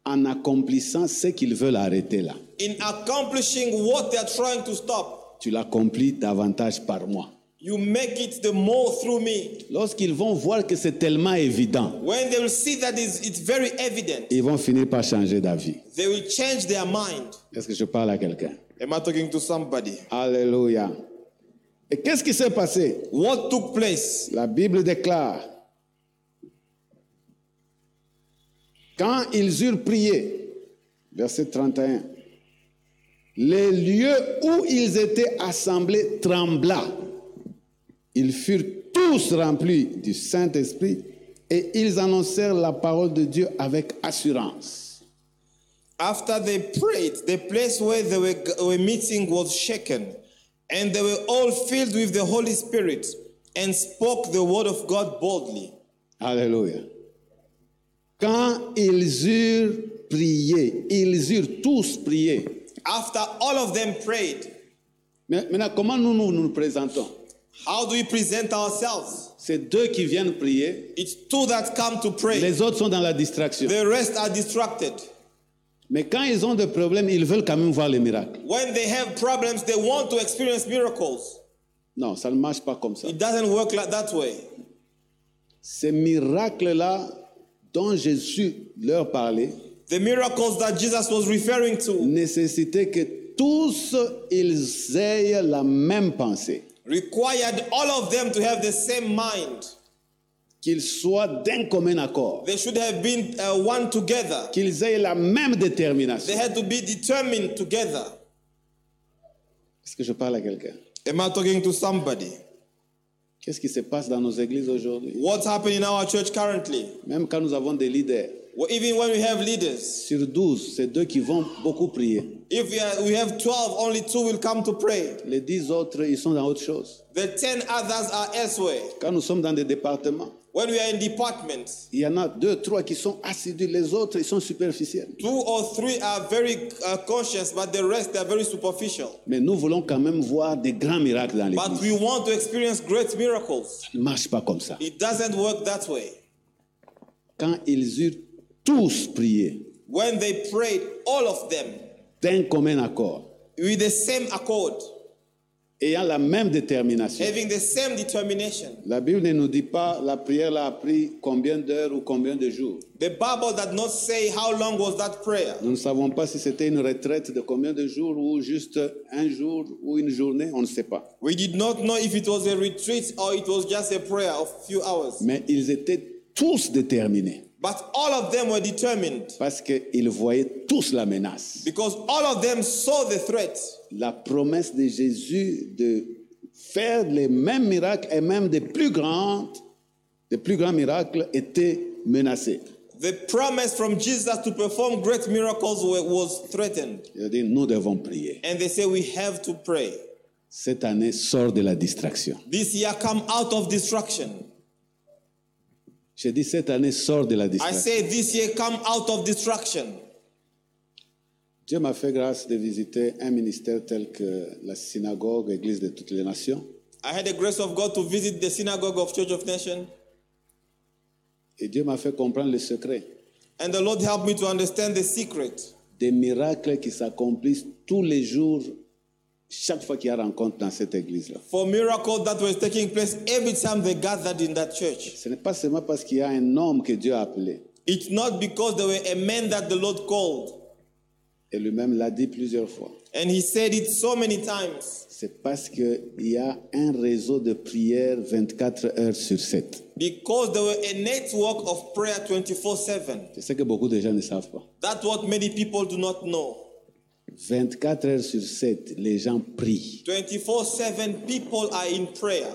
en accomplissant ce qu'ils veulent arrêter là. in accomplishing what they are trying to stop. Tu l'accomplis davantage par moi. You make it the more through me. Lorsqu'ils vont voir que c'est tellement évident, When they will see that is it's very evident, ils vont finir par changer d'avis. they will change their mind. Est-ce que je parle à quelqu'un Am I talking to somebody? Alléluia. Et qu'est-ce qui s'est passé What took place? La Bible déclare, quand ils eurent prié, verset 31, les lieux où ils étaient assemblés trembla. Ils furent tous remplis du Saint-Esprit et ils annoncèrent la parole de Dieu avec assurance. After they prayed, the place where they were, were meeting was shaken, and they were all filled with the Holy Spirit and spoke the word of God boldly. Alléluia. Quand ils eurent prié, ils eurent tous prié. After all of them prayed, Mais- Maintenant, comment nous nous, nous nous présentons how do we present ourselves? C'est deux qui viennent prier, It's two that come to pray, les autres sont dans la distraction. the rest are distracted. Mais quand ils ont des problèmes, ils veulent quand même voir les miracles. When they have problems, they want to experience miracles. Non, ça ne marche pas comme ça. It doesn't work like that way. Ces miracles-là dont Jésus leur parlait The miracles that Jesus was referring to nécessitaient que tous ils aient la même pensée, required all of them to have the same mind. qu'ils soient d'un commun accord, They should have been uh, one together. qu'ils aient la même They détermination. had to be determined together. Est-ce que je parle à quelqu'un Am I talking to somebody? Qu'est-ce qui se passe dans nos églises aujourd'hui What's happening in our church currently? Même quand nous avons des leaders, Well, even when we have leaders, sur 12, c'est deux qui vont beaucoup prier. if we, are, we have 12, only two will come to pray. Les dix autres, ils sont dans autre chose. The 10 others are elsewhere. Quand nous sommes dans des départements, When we are in departments, il y en a deux, trois qui sont assidus, les autres, ils sont superficiels. two or three are very uh, conscious, but the rest are very superficial. Mais nous voulons quand même voir des grands miracles dans But we l'église. want to experience great miracles. Ça ne marche pas comme ça. It doesn't work that way. Quand ils eurent tous prié, When they prayed, all of them, d'un commun accord, with the same accord, ayant la même détermination, having the same determination. la Bible ne nous dit pas la prière là a pris combien d'heures ou combien de jours. The Bible does not say how long was that prayer. Nous ne savons pas si c'était une retraite de combien de jours ou juste un jour ou une journée, on ne sait pas. We did not know if it was a retreat or it was just a prayer of few hours. Mais ils étaient tous déterminés But all of them were determined parce qu'ils voyaient tous la menace. because all of them saw the threat. La promesse de Jésus de faire les mêmes miracles et même des plus grands, des plus grands miracles était menacée. The promise from Jesus to perform great miracles wa- was threatened. Il a dit, nous devons prier. And they say, We have to pray. Cette année, sors de la distraction. This year, come out of destruction. J'ai dit, cette année, sors de la I distraction. say, This year, come out of destruction. Dieu m'a fait grâce de visiter un ministère tel que la synagogue, église de toutes les nations. I had the grace of God to visit the synagogue of Church of Nation, Et Dieu m'a fait comprendre le secret and the Lord helped me to understand the secret. des miracles qui s'accomplissent tous les jours, chaque fois qu'il y a rencontre dans cette église-là. for miracles that was taking place every time they gathered in that church. Ce n'est pas seulement parce qu'il y a un homme que Dieu a appelé, It's not because they were a man that the Lord called. et lui-même l'a dit plusieurs fois. And he said it so many times. C'est parce qu'il y a un réseau de prières 24 heures sur 7. Because they were a network of prayer 24 7. Je sais que beaucoup de gens ne savent pas. That's what many people do not know. 24 heures sur 7, les gens prient. 24 7 people are in prayer.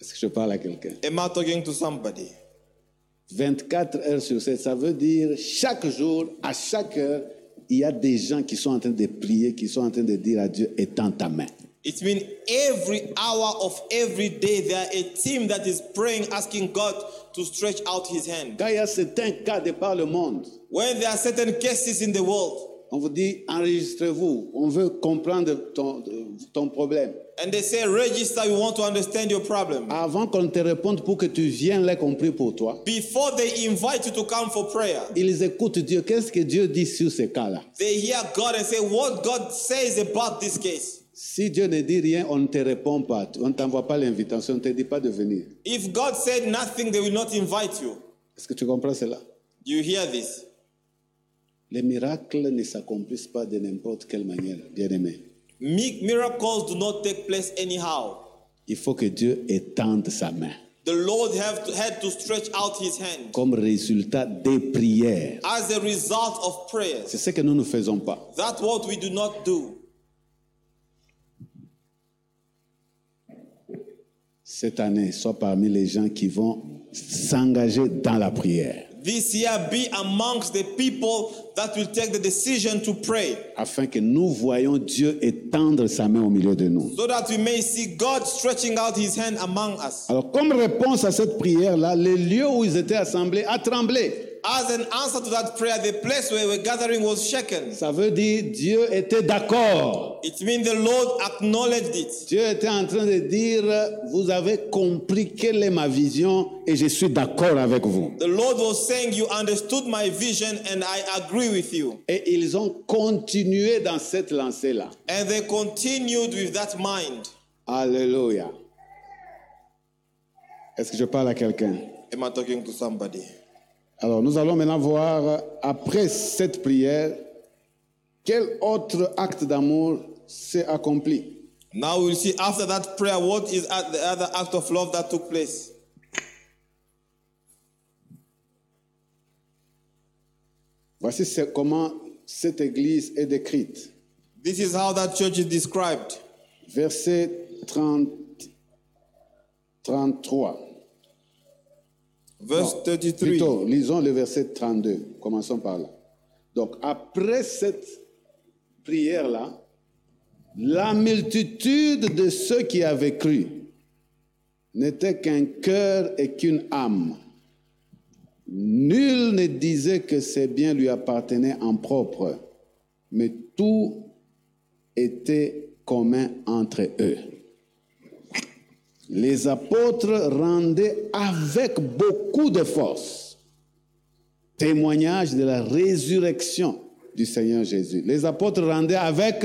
Est-ce que je parle à quelqu'un Am I talking to somebody? 24 heures sur 7, ça veut dire chaque jour, à chaque heure, il y a des gens qui sont en train de prier, qui sont en train de dire à Dieu, étends ta main. It means every hour of every day there are a team that is praying, asking God to stretch out his hand. Quand il y a certains cas de par le monde, When there are certain cases in the world, On vous dit, enregistrez-vous. On veut comprendre ton, ton problème. And they say, register, we want to understand your problem. Avant qu'on te réponde pour que tu viennes les compris pour toi, Before they invite you to come for prayer, ils écoutent Dieu. Qu'est-ce que Dieu dit sur ce cas-là they hear God and say, what God says about this case. Si Dieu ne dit rien, on ne te répond pas. On ne t'envoie pas l'invitation. On ne te dit pas de venir. If God said nothing, they will not invite you. Est-ce que tu comprends cela You hear this. Les miracles ne s'accomplissent pas de n'importe quelle manière, bien-aimé. Mi- Miracles do not take place anyhow. Il faut que Dieu étende sa main The Lord have to, had to stretch out his hand comme résultat des prières. as a result of prayers. C'est ce que nous ne faisons pas. That's what we do not do. Cette année, sois parmi les gens qui vont s'engager dans la prière This year, be amongst the people that will take the decision to pray afin que nous voyons Dieu étendre sa main au milieu de nous. so that we may see God stretching out his hand among us. Alors, comme réponse à cette prière-là, les lieux où ils étaient assemblés a tremblé. As an answer to that prayer, the place where we're gathering was shaken. Ça veut dire Dieu était d'accord. It means the Lord acknowledged it. Dieu était en train de dire, vous avez compris quelle est ma vision et je suis d'accord avec vous. The Lord was saying, You understood my vision and I agree with you. Et ils ont continué dans cette lancée-là. And they continued with that mind. Alléluia. Est-ce que je parle à quelqu'un Am I talking to somebody? Alors, nous allons maintenant voir, euh, après cette prière, quel autre acte d'amour s'est accompli. Now we'll see after that prayer what is at the other act of love that took place. Voici ce- comment cette église est décrite. This is how that church is described. Verset 30 33. Verse 33. Plutôt, lisons le verset 32. Commençons par là. Donc, après cette prière-là, la multitude de ceux qui avaient cru n'était qu'un cœur et qu'une âme. Nul ne disait que ses biens lui appartenaient en propre, mais tout était commun entre eux. Les apôtres rendaient avec beaucoup de force témoignage de la résurrection du Seigneur Jésus. Les apôtres rendaient avec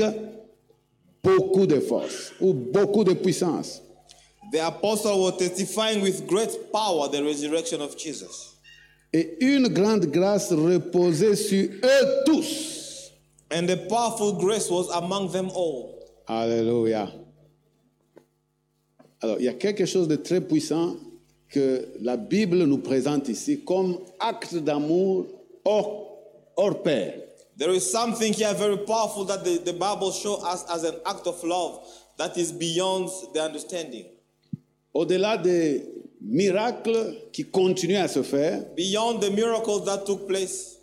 beaucoup de force ou beaucoup de puissance. The apostle was testifying with great power the resurrection of Jesus. Et une grande grâce reposait sur eux tous. And the powerful grace was among them all. Alléluia. Alors, il y a quelque chose de très puissant que la Bible nous présente ici comme acte d'amour hors, hors pair. There is something here very powerful that the, the Bible shows us as an act of love that is beyond the understanding. Au-delà des miracles qui continuent à se faire, Beyond the miracles that took place,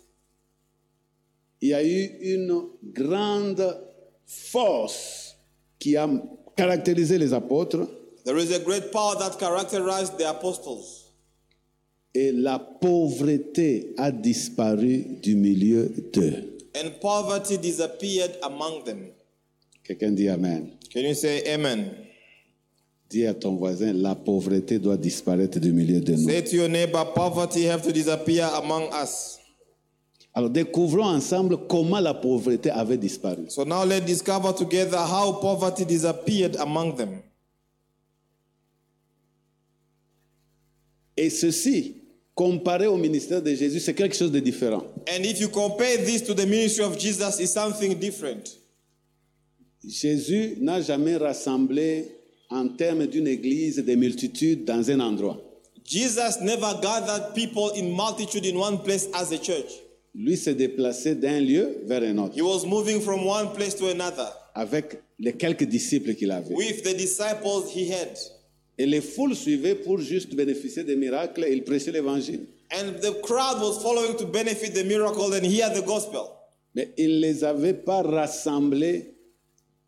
il y a eu une grande force qui a caractérisé les apôtres there is a great power that characterized the apostles. et la pauvreté a disparu du milieu d'eux. and poverty disappeared among them. Quelqu'un dit Amen. Can you say amen? Dis à ton voisin, la pauvreté doit disparaître du milieu de nous. Say to your neighbor, poverty have to disappear among us. Alors découvrons ensemble comment la pauvreté avait disparu. So now let's discover together how poverty disappeared among them. Et ceci, comparé au ministère de Jésus, c'est quelque chose de différent. And if you compare this to the ministry of Jesus, it's something different. Jésus n'a jamais rassemblé en termes d'une église des multitudes dans un endroit. Jesus never gathered people in multitude in one place as a church. Lui s'est déplacé d'un lieu vers un autre He was moving from one place to another avec les quelques disciples qu'il avait. with the disciples he had. Et les foules suivaient pour juste bénéficier des miracles et il prêchait l'évangile. And the crowd was following to benefit the miracle and hear the gospel. Mais il ne les avait pas rassemblés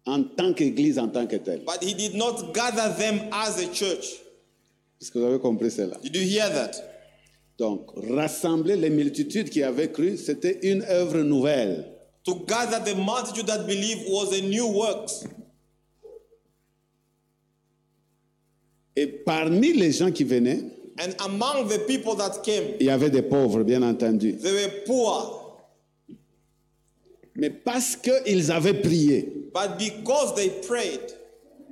en tant qu'église, en tant que telle. But he did not gather them as a church. Est-ce que vous avez compris cela Did you hear that? Donc, rassembler les multitudes qui avaient cru, c'était une œuvre nouvelle. To To gather the multitude that believed was a new work. Et parmi les gens qui venaient, And among the people that came, il y avait des pauvres, bien entendu. they were poor. Mais parce qu'ils avaient prié But because they prayed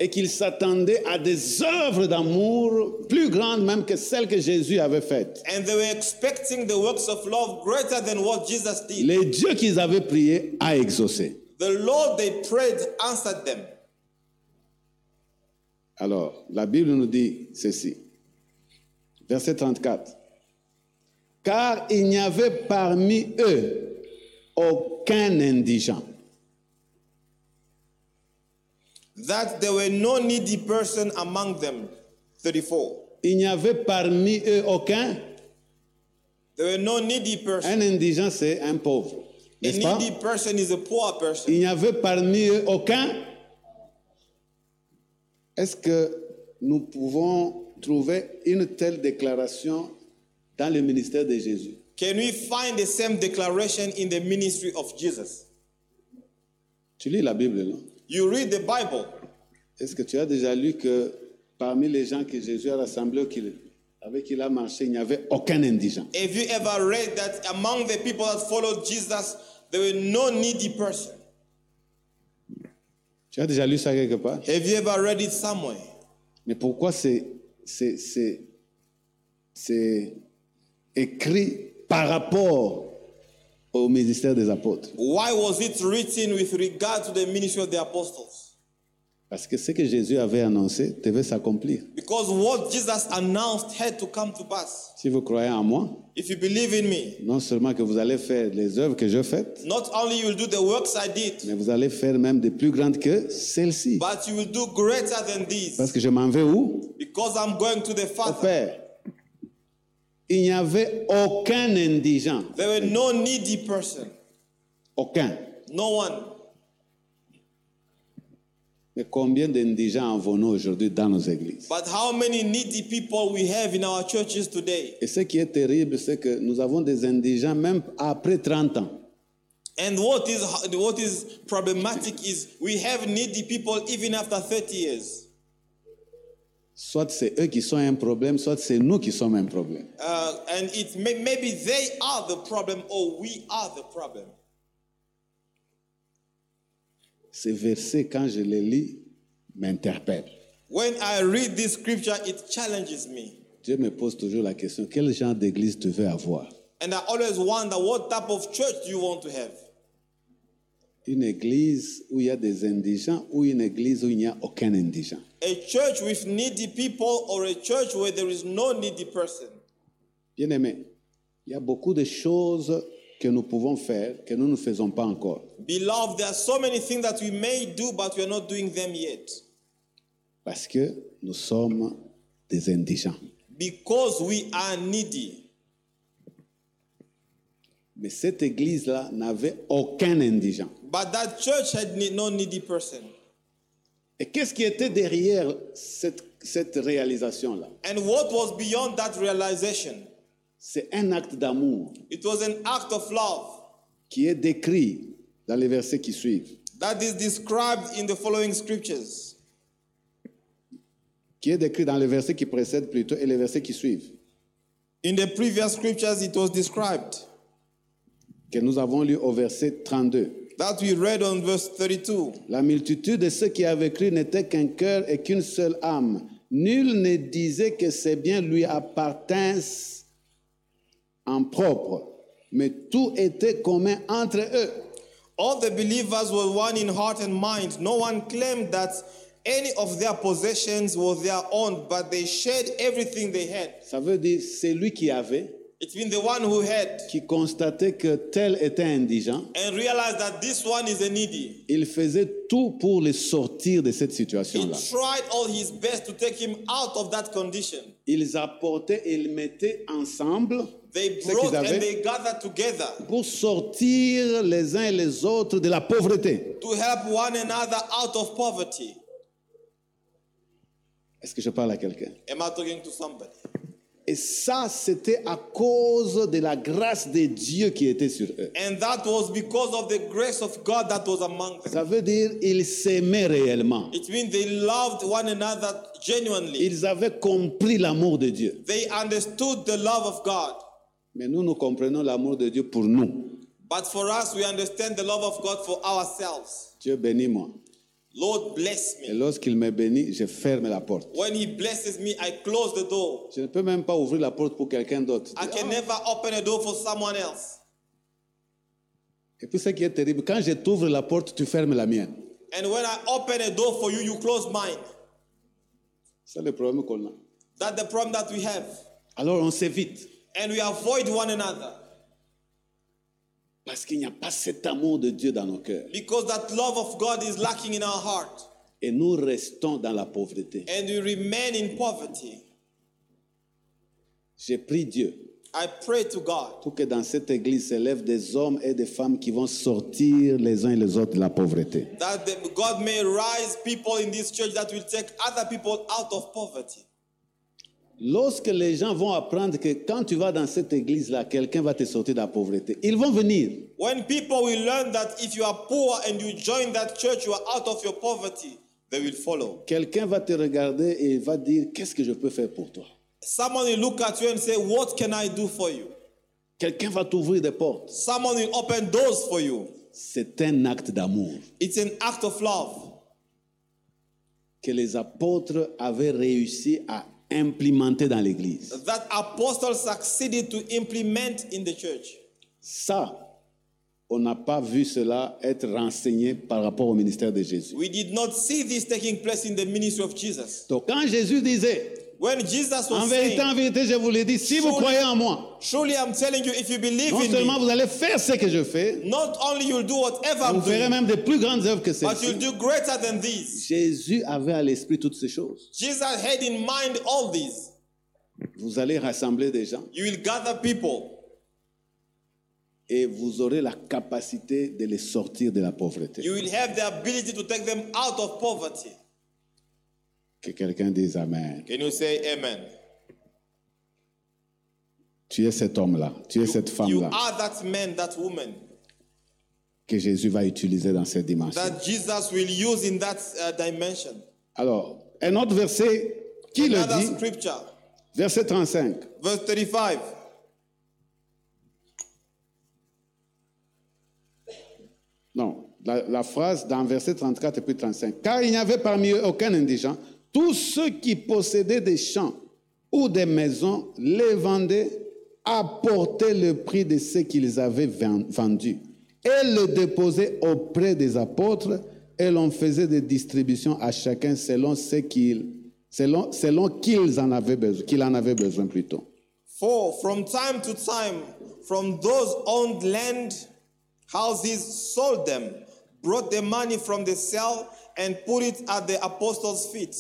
et qu'ils s'attendaient à des œuvres d'amour plus grandes même que celles que Jésus avait faites, and they were expecting the works of love greater than what Jesus did, les dieux qu'ils avaient priés a exaucé. the Lord they prayed answered them. Alors, la Bible nous dit ceci. Verset 34. Car il n'y avait parmi eux aucun indigent. That there were no needy person among them. 34. Il n'y avait parmi eux aucun. There were no needy person. Un indigent, c'est un pauvre. A N'est-ce pas? needy person is a poor person. Il n'y avait parmi eux aucun. Est-ce que nous pouvons trouver une telle déclaration dans le ministère de Jésus? Can we find the same declaration in the ministry of Jesus? Tu lis la Bible, non? You read the Bible. Est-ce que tu as déjà lu que parmi les gens que Jésus a rassemblés, qu'il- avec qui il a marché, il n'y avait aucun indigent Have you ever read that among the people that followed Jesus, there were no needy person? Tu as déjà lu ça quelque part Have you ever read it somewhere? Mais pourquoi c'est, c'est, c'est, c'est écrit par rapport au ministère des apôtres Why was it written with regard to the ministry of the apostles? Parce que ce que Jésus avait annoncé devait s'accomplir. Because what Jesus announced had to come to pass. Si vous croyez en moi, If you believe in me, non seulement que vous allez faire les œuvres que je fais, not only you will do the works I did, mais vous allez faire même des plus grandes que celles-ci. but you will do greater than these. Parce que je m'en vais où Because I'm going to the Au Father. Père, il n'y avait aucun indigent, There were no needy person. aucun. No one. Mais combien d'indigents avons-nous aujourd'hui dans nos églises But how many needy people we have in our churches today? Et ce qui est terrible, c'est que nous avons des indigents même après 30 ans. And what is what is problematic is we have needy people even after 30 years. Soit c'est eux qui sont un problème, soit c'est nous qui sommes un problème. Uh, and it may, maybe they are the problem or we are the problem. Ces versets, quand je les lis, m'interpellent. When I read this scripture, it challenges me. Dieu me pose toujours la question, quel genre d'église tu veux avoir And I always wonder what type of church do you want to have? Une église où il y a des indigents ou une église où il n'y a aucun indigent A church with needy people or a church where there is no needy person? Bien-aimés, il y a beaucoup de choses que nous pouvons faire que nous ne faisons pas encore. Beloved, there are so many things that we may do, but we are not doing them yet. Parce que nous sommes des indigents. because we are needy. Mais cette église-là n'avait aucun indigent. But that church had ne- no needy person. Et qu'est-ce qui était derrière cette, cette réalisation-là And what was beyond that realization? C'est un acte d'amour It was an act of love qui est décrit dans les versets qui suivent, that is described in the following scriptures, qui est décrit dans les versets qui précèdent plutôt et les versets qui suivent, in the previous scriptures it was described que nous avons lu au verset 32. that we read on verse 32. La multitude de ceux qui avaient cru n'était qu'un cœur et qu'une seule âme. Nul ne disait que ses biens lui appartinssent en propre, mais tout était commun entre eux. All the believers were one in heart and mind. No one claimed that any of their possessions was their own, but they shared everything they had. Ça veut dire c'est lui qui avait, It's been the one who had qui constatait que tel était indigent. and realized that this one is a needy. Il faisait tout pour le sortir de cette He situation-là. tried all his best to take him out of that condition. Ils apportaient et ils mettaient ensemble They ce brought qu'ils and avaient they gathered together pour sortir les uns et les autres de la pauvreté. to help one another out of poverty. Est-ce que je parle à quelqu'un Am I talking to somebody? Et ça, c'était à cause de la grâce de Dieu qui était sur eux. And that was because of the grace of God that was among them. Ça veut dire ils s'aimaient réellement. It means they loved one another genuinely. Ils avaient compris l'amour de Dieu. They understood the love of God. Mais nous, nous comprenons l'amour de Dieu pour nous. But for us, we understand the love of God for ourselves. Dieu bénit-moi. Lord, bless Et me. lorsqu'il me bénit, je ferme la porte. When He blesses me, I close the door. Je ne peux même pas ouvrir la porte pour quelqu'un d'autre. I can never open a door for someone else. Et puis ce qui est terrible, quand je t'ouvre la porte, tu fermes la mienne. And when I open a door for you, you close mine. C'est le problème qu'on a. That's the problem that we have. Alors on s'évite. And we avoid one another Parce qu'il n'y a pas cet amour de Dieu dans nos cœurs. because that love of God is lacking in our heart. Et nous restons dans la pauvreté. And we remain in poverty. J'ai pris Dieu I pray to God pour que dans cette église s'élèvent des hommes et des femmes qui vont sortir les uns et les autres de la pauvreté. that the- God may rise people in this church that will take other people out of poverty. Lorsque les gens vont apprendre que quand tu vas dans cette église-là, quelqu'un va te sortir de la pauvreté, ils vont venir. When people will learn that if you are poor and you join that church, you are out of your poverty, they will follow. Quelqu'un va te regarder et il va dire, qu'est-ce que je peux faire pour toi Someone will look at you and say, What can I do for you? Quelqu'un va t'ouvrir des portes. Someone will open doors for you. C'est un acte d'amour It's an act of love que les apôtres avaient réussi à implémenter dans l'église. that apostles succeeded to implement in the church. Ça, on n'a pas vu cela être renseigné par rapport au ministère de Jésus. We did not see this taking place in the ministry of Jesus. Donc quand Jésus disait, When Jesus en was vérité, saying, en vérité, je vous le dis, si vous Surely- croyez en moi, Surely I'm telling you, if you believe non in seulement me, vous allez faire ce que je fais, not only you'll do whatever I'm vous ferez doing, même de plus grandes œuvres que but you'll celles-ci. do greater than these. Jésus avait à l'esprit toutes ces choses. Jesus had in mind all these. Vous allez rassembler des gens You will gather people. et vous aurez la capacité de les sortir de la pauvreté. You will have the ability to take them out of poverty. Que quelqu'un dise Amen. Can you say amen? Tu es cet homme-là, tu es cette You femme-là are that man, that woman que Jésus va utiliser dans cette dimension. that Jesus will use in that uh, dimension. Alors, un autre verset qui le Another dit, scripture, verset 35. verse 35. Non, la, la phrase dans verset 34 et puis 35. Car il n'y avait parmi eux aucun indigent. Tous ceux qui possédaient des champs ou des maisons les vendaient, apportaient le prix de ce qu'ils avaient ven- vendu et le déposaient auprès des apôtres et l'on faisait des distributions à chacun selon ce qu'il selon, selon qu'ils en avaient besoin, qu'il en avait besoin plutôt. For from time to time, from those owned land, houses sold them, brought the money from the sale, and put it at the apostles' feet.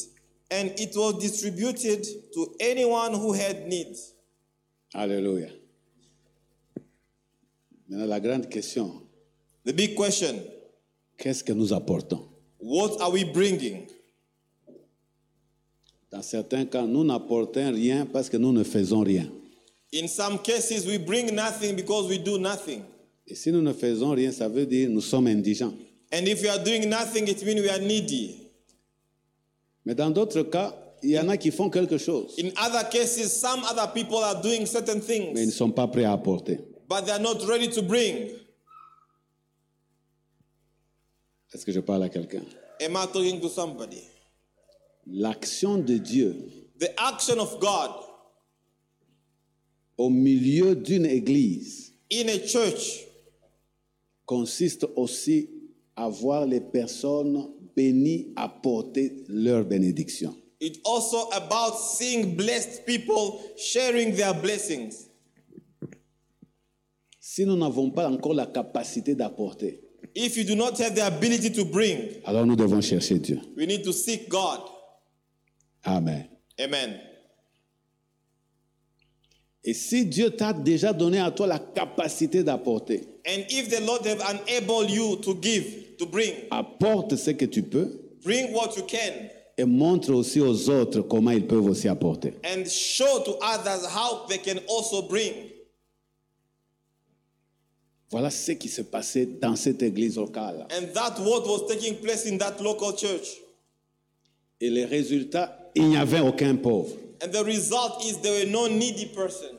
And it was distributed to anyone who had need. Alléluia. Maintenant, la grande question, The big question qu'est-ce que nous apportons what are we bringing? Dans certains cas, nous n'apportons rien parce que nous ne faisons rien. In some cases, we bring nothing because we do nothing. Et si nous ne faisons rien, ça veut dire nous sommes indigents. And if we are doing nothing, it means we are needy. Mais dans d'autres cas, il y en a qui font quelque chose, In other cases, some other people are doing certain mais ils ne things, sont pas prêts à apporter. but they are not ready to bring. Est-ce que je parle à quelqu'un Am I talking to somebody? L'action de Dieu The action of God au milieu d'une église in a church consiste aussi à voir les personnes bénies apporter leur bénédiction. It's also about seeing blessed people sharing their blessings. Si nous n'avons pas encore la capacité d'apporter, If you do not have the ability to bring, alors nous devons chercher Dieu. we need to seek God. Amen. Amen. Et si Dieu t'a déjà donné à toi la capacité d'apporter, And if the Lord have enabled you to give, to bring, apporte ce que tu peux bring what you can et montre aussi aux autres comment ils peuvent aussi apporter. and show to others how they can also bring. Voilà ce qui se passait dans cette église locale. And that what was taking place in that local church. Et les résultats, il n'y avait aucun pauvre And the result is there were no needy person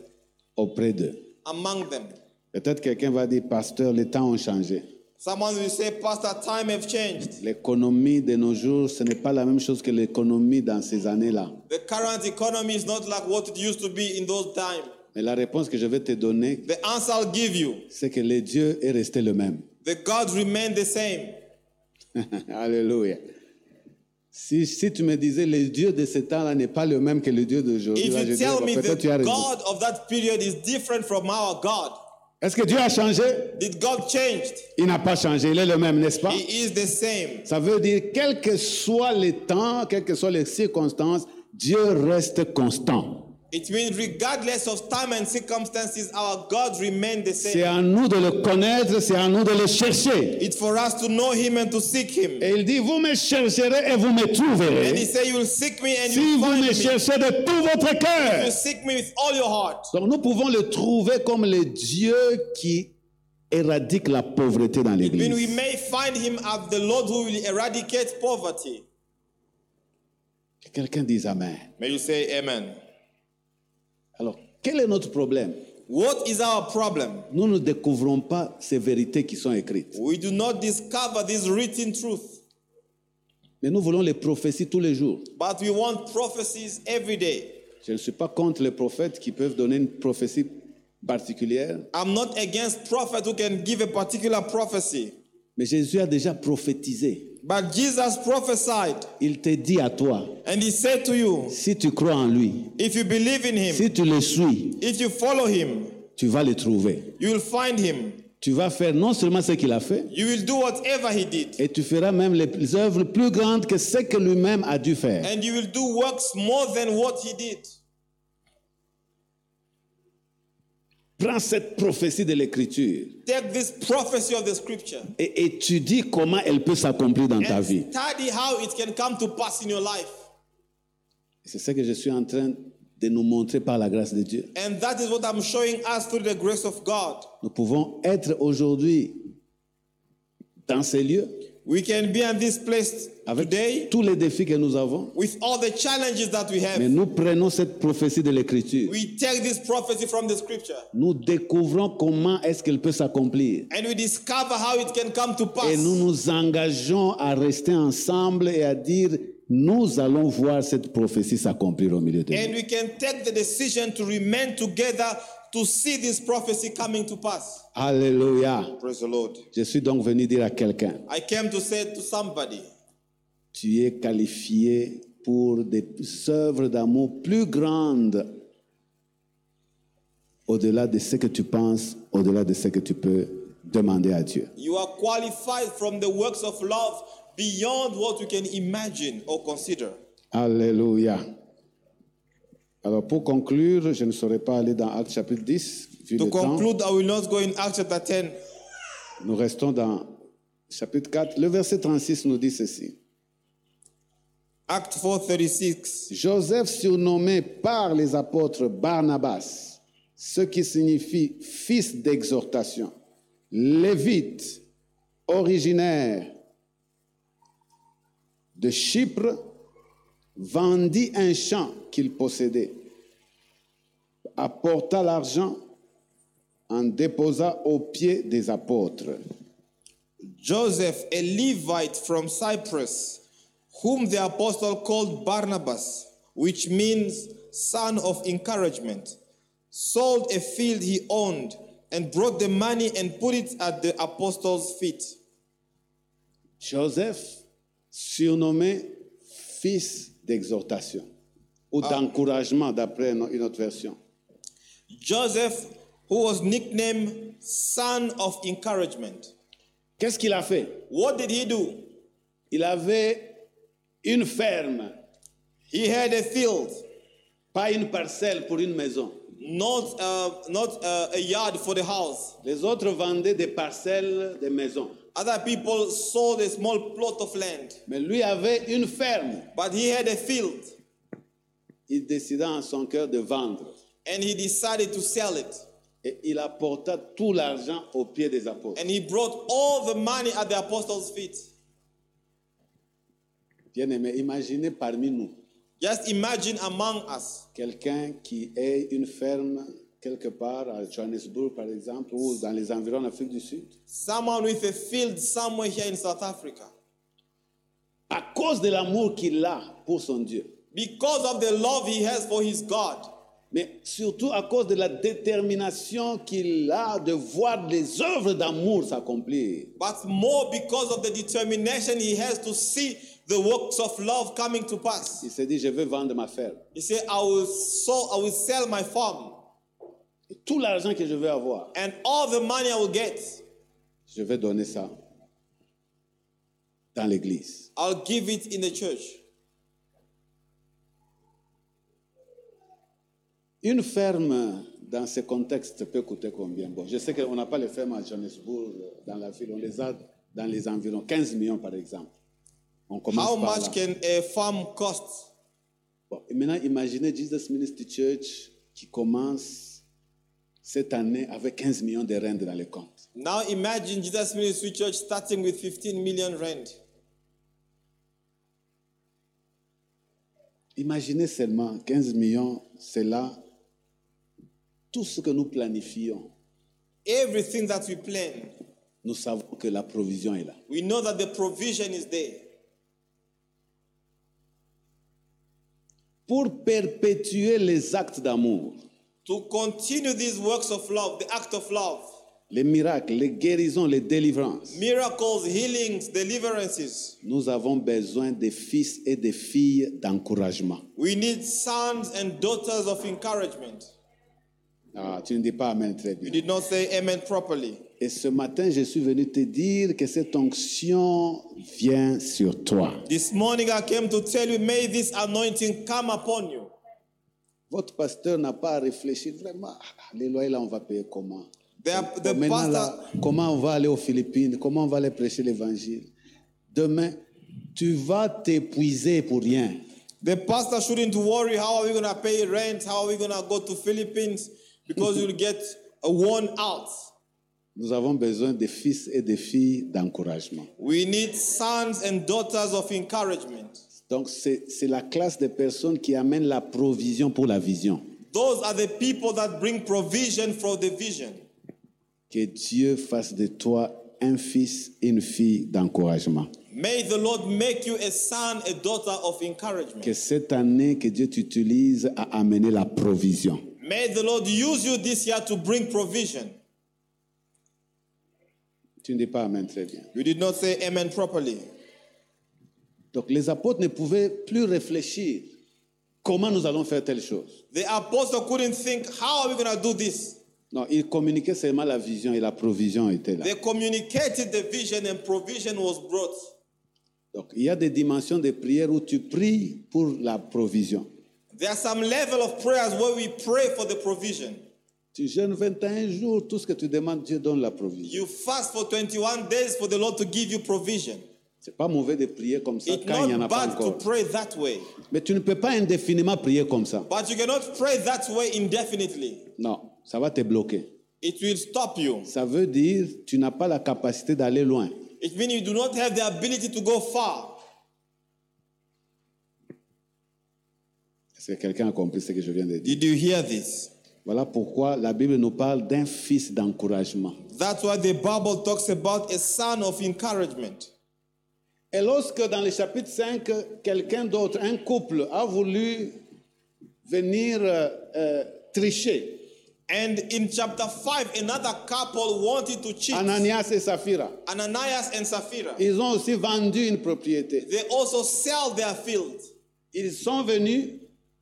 auprès d'eux. among them. Peut-être quelqu'un va dire, pasteur, les temps ont changé. Someone will say, Pastor, time have changed. L'économie de nos jours, ce n'est pas la même chose que l'économie dans ces années-là. The current economy is not like what it used to be in those times. Mais la réponse que je vais te donner, The answer I'll give you, c'est que le Dieu est resté le même. the God remained the same. Alléluia. Si, si tu me disais, le Dieu de ce temps-là n'est pas le même que le Dieu d'aujourd'hui, If là, je you dirais, tell bah, me peut-être tu as the raison. God of that period is different from our God, Est-ce que Dieu a changé did God change? Il n'a pas changé, il est le même, n'est-ce pas He is the same. Ça veut dire, quel que soit les temps, quelles que soient les circonstances, Dieu reste constant. It means regardless of time and circumstances, our God remained the C'est same. à nous de le connaître, c'est à nous de le chercher. It's for us to know Him and to seek Him. Et il dit, vous me chercherez et vous me And He trouverez. said, "You will seek Me and Si you will vous me find Me. You cherchez de tout votre will cœur. seek Me with all your heart." Donc nous pouvons le trouver comme le Dieu qui éradique la pauvreté dans It means we l'Église. may find Him as the Lord who will eradicate poverty. Que Quelqu'un dise Amen. May you say Amen. Alors, quel est notre problème What is our problem? Nous ne découvrons pas ces vérités qui sont écrites. We do not discover this written truth, Mais nous voulons les prophéties tous les jours. but we want prophecies every day. Je ne suis pas contre les prophètes qui peuvent donner une prophétie particulière, I'm not against prophet who can give a particular prophecy, mais Jésus a déjà prophétisé. but Jesus prophesied Il te dit à toi, and he said to you, si tu crois en lui, if you believe in him, si tu le suis, if you follow him, tu vas le trouver. you will find him. Tu vas faire non seulement ce qu'il a fait, You will do whatever he did, et tu feras même les œuvres plus grandes que ce que lui-même a dû faire. and you will do works more than what he did. Prends cette prophétie de l'Écriture Take this prophecy of the scripture et étudie comment elle peut s'accomplir dans ta and vie. study how it can come to pass in your life. C'est ce que je suis en train de nous montrer par la grâce de Dieu. And that is what I'm showing us through the grace of God. Nous pouvons être aujourd'hui dans ces lieux We can be in this place avec today tous les défis que nous avons, with all the challenges that we have. mais nous prenons cette prophétie de l'Écriture. We take this prophecy from the scripture Nous découvrons comment est-ce qu'elle peut s'accomplir. and we discover how it can come to pass. Et nous nous engageons à rester ensemble et à dire, nous allons voir cette prophétie s'accomplir au milieu de nous. And we can take the decision to remain together to see this prophecy coming to pass. Alléluia. Praise the Lord. Je suis donc venu dire à quelqu'un, I came to say to somebody, tu es qualifié pour des œuvres d'amour plus grandes au-delà de ce que tu penses, au-delà de ce que tu peux demander à Dieu. you are qualified from the works of love beyond what we can imagine or consider. Alléluia. Alors pour conclure, je ne saurais pas aller dans Acte chapitre 10, vu To le temps. conclude, I will not go in Acts chapter 10. Nous restons dans chapitre 4. Le verset 36 nous dit ceci. Act 4:36. Joseph surnommé par les apôtres Barnabas, ce qui signifie fils d'exhortation, lévite, originaire de Chypre, vendit un champ qu'il possédait, apporta l'argent, en déposa aux pieds des apôtres. Joseph, a Levite from Cyprus, whom the apostle called Barnabas, which means son of encouragement, sold a field he owned and brought the money and put it at the apostles' feet. Joseph, surnommé fils d'exhortation ou d'encouragement d'après une une autre version. Joseph, who was nicknamed son of encouragement, Qu'est-ce qu'il a fait what did he do? Il avait une ferme, He had a field, pas une parcelle pour une maison. not, uh, not uh, a yard for the house. Les autres vendaient des parcelles, des maisons. Other people sold a small plot of land, Mais lui avait une ferme. but he had a field Il décida en son cœur de vendre. and he decided to sell it. Et il apporta tout l'argent aux pieds des apôtres. And he brought all the money at the apostles' feet. Bien-aimé, imaginez parmi nous Just imagine among us quelqu'un qui ait une ferme quelque part, à Johannesburg par exemple, ou dans les environs d'Afrique du Sud. someone with a field somewhere here in South Africa. À cause de l'amour qu'il a pour son Dieu, Because of the love he has for his God, mais surtout à cause de la détermination qu'il a de voir les œuvres d'amour s'accomplir. but more because of the determination he has to see the works of love coming to pass. Il s'est dit, je vais vendre ma ferme. He said, I will sow, I will sell my farm, Et tout l'argent que je vais avoir, and all the money I will get, je vais donner ça dans l'église. I'll give it in the church. Une ferme dans ce contexte peut coûter combien Bon, je sais qu'on n'a pas les fermes à Johannesburg, euh, dans la ville, on les a dans les environs, 15 millions par exemple. On commence How par là. much can a farm cost? Bon, et maintenant, imaginez Jesus Ministry Church qui commence cette année avec 15 millions de rentes dans les comptes. Now imagine Jesus Ministry Church starting with 15 million rand. Imaginez seulement 15 millions, c'est là tout ce que nous planifions. Everything that we plan, Nous savons que la provision est là. we know that the provision is there. Pour perpétuer les actes d'amour, To continue these works of love, the act of love, les miracles, les guérisons, les délivrances, miracles, healings, deliverances. nous avons besoin des fils et des filles d'encouragement. We need sons and daughters of encouragement. Ah, tu ne dis pas Amen très You bien. did not say amen properly. Et ce matin, je suis venu te dire que cette onction vient sur toi. This morning I came to tell you, may this anointing come upon you. Votre pasteur n'a pas à réfléchir vraiment. Ah, Les loyers, là, on va payer comment The, the Bon, maintenant, pastor, là, Comment on va aller aux Philippines Comment on va aller prêcher l'évangile Demain, tu vas t'épuiser pour rien. the pastor shouldn't worry how are we going to pay rent, how are we going to go to Philippines, because you'll get uh, worn out. Nous avons besoin des fils et des filles d'encouragement. We need sons and daughters of encouragement. Donc, c'est c'est la classe de personnes qui amènent la provision pour la vision. Those are the people that bring provision for the vision. Que Dieu fasse de toi un fils et une fille d'encouragement. May the Lord make you a son, a daughter of encouragement. Que cette année, que Dieu t'utilise à amener la provision. May the Lord use you this year to bring provision. Tu ne dis pas Amen très bien. You did not say amen properly. Donc, les apôtres ne pouvaient plus réfléchir comment nous allons faire telle chose. The apostle couldn't think, how are we going to do this? Non, ils communiquaient seulement la vision et la provision était là. They communicated the vision and provision was brought. Donc, il y a des dimensions de prière où tu pries pour la provision. There are some level of prayers where we pray for the provision. Tu jeûnes 21 jours, tout ce que tu demandes, Dieu donne la provision. You fast for 21 days for the Lord to give you provision. C'est pas mauvais de prier comme ça It's quand il n'y en a not pas bad to encore. pray that way, Mais tu ne peux pas indéfiniment prier comme ça. but you cannot pray that way indefinitely. Non, ça va te bloquer. It will stop you. Ça veut dire tu n'as pas la capacité d'aller loin. It means you do not have the ability to go far. Est-ce que quelqu'un a compris ce que je viens de dire Did you hear this? Voilà pourquoi la Bible nous parle d'un fils d'encouragement. That's why the Bible talks about a son of encouragement. Et lorsque dans le chapitre 5, quelqu'un d'autre, un couple, a voulu venir euh, euh, tricher, And in chapter 5, another couple wanted to cheat Ananias et Saphira, Ananias and Sapphira. ils ont aussi vendu une propriété. They also sell their field. Ils sont venus,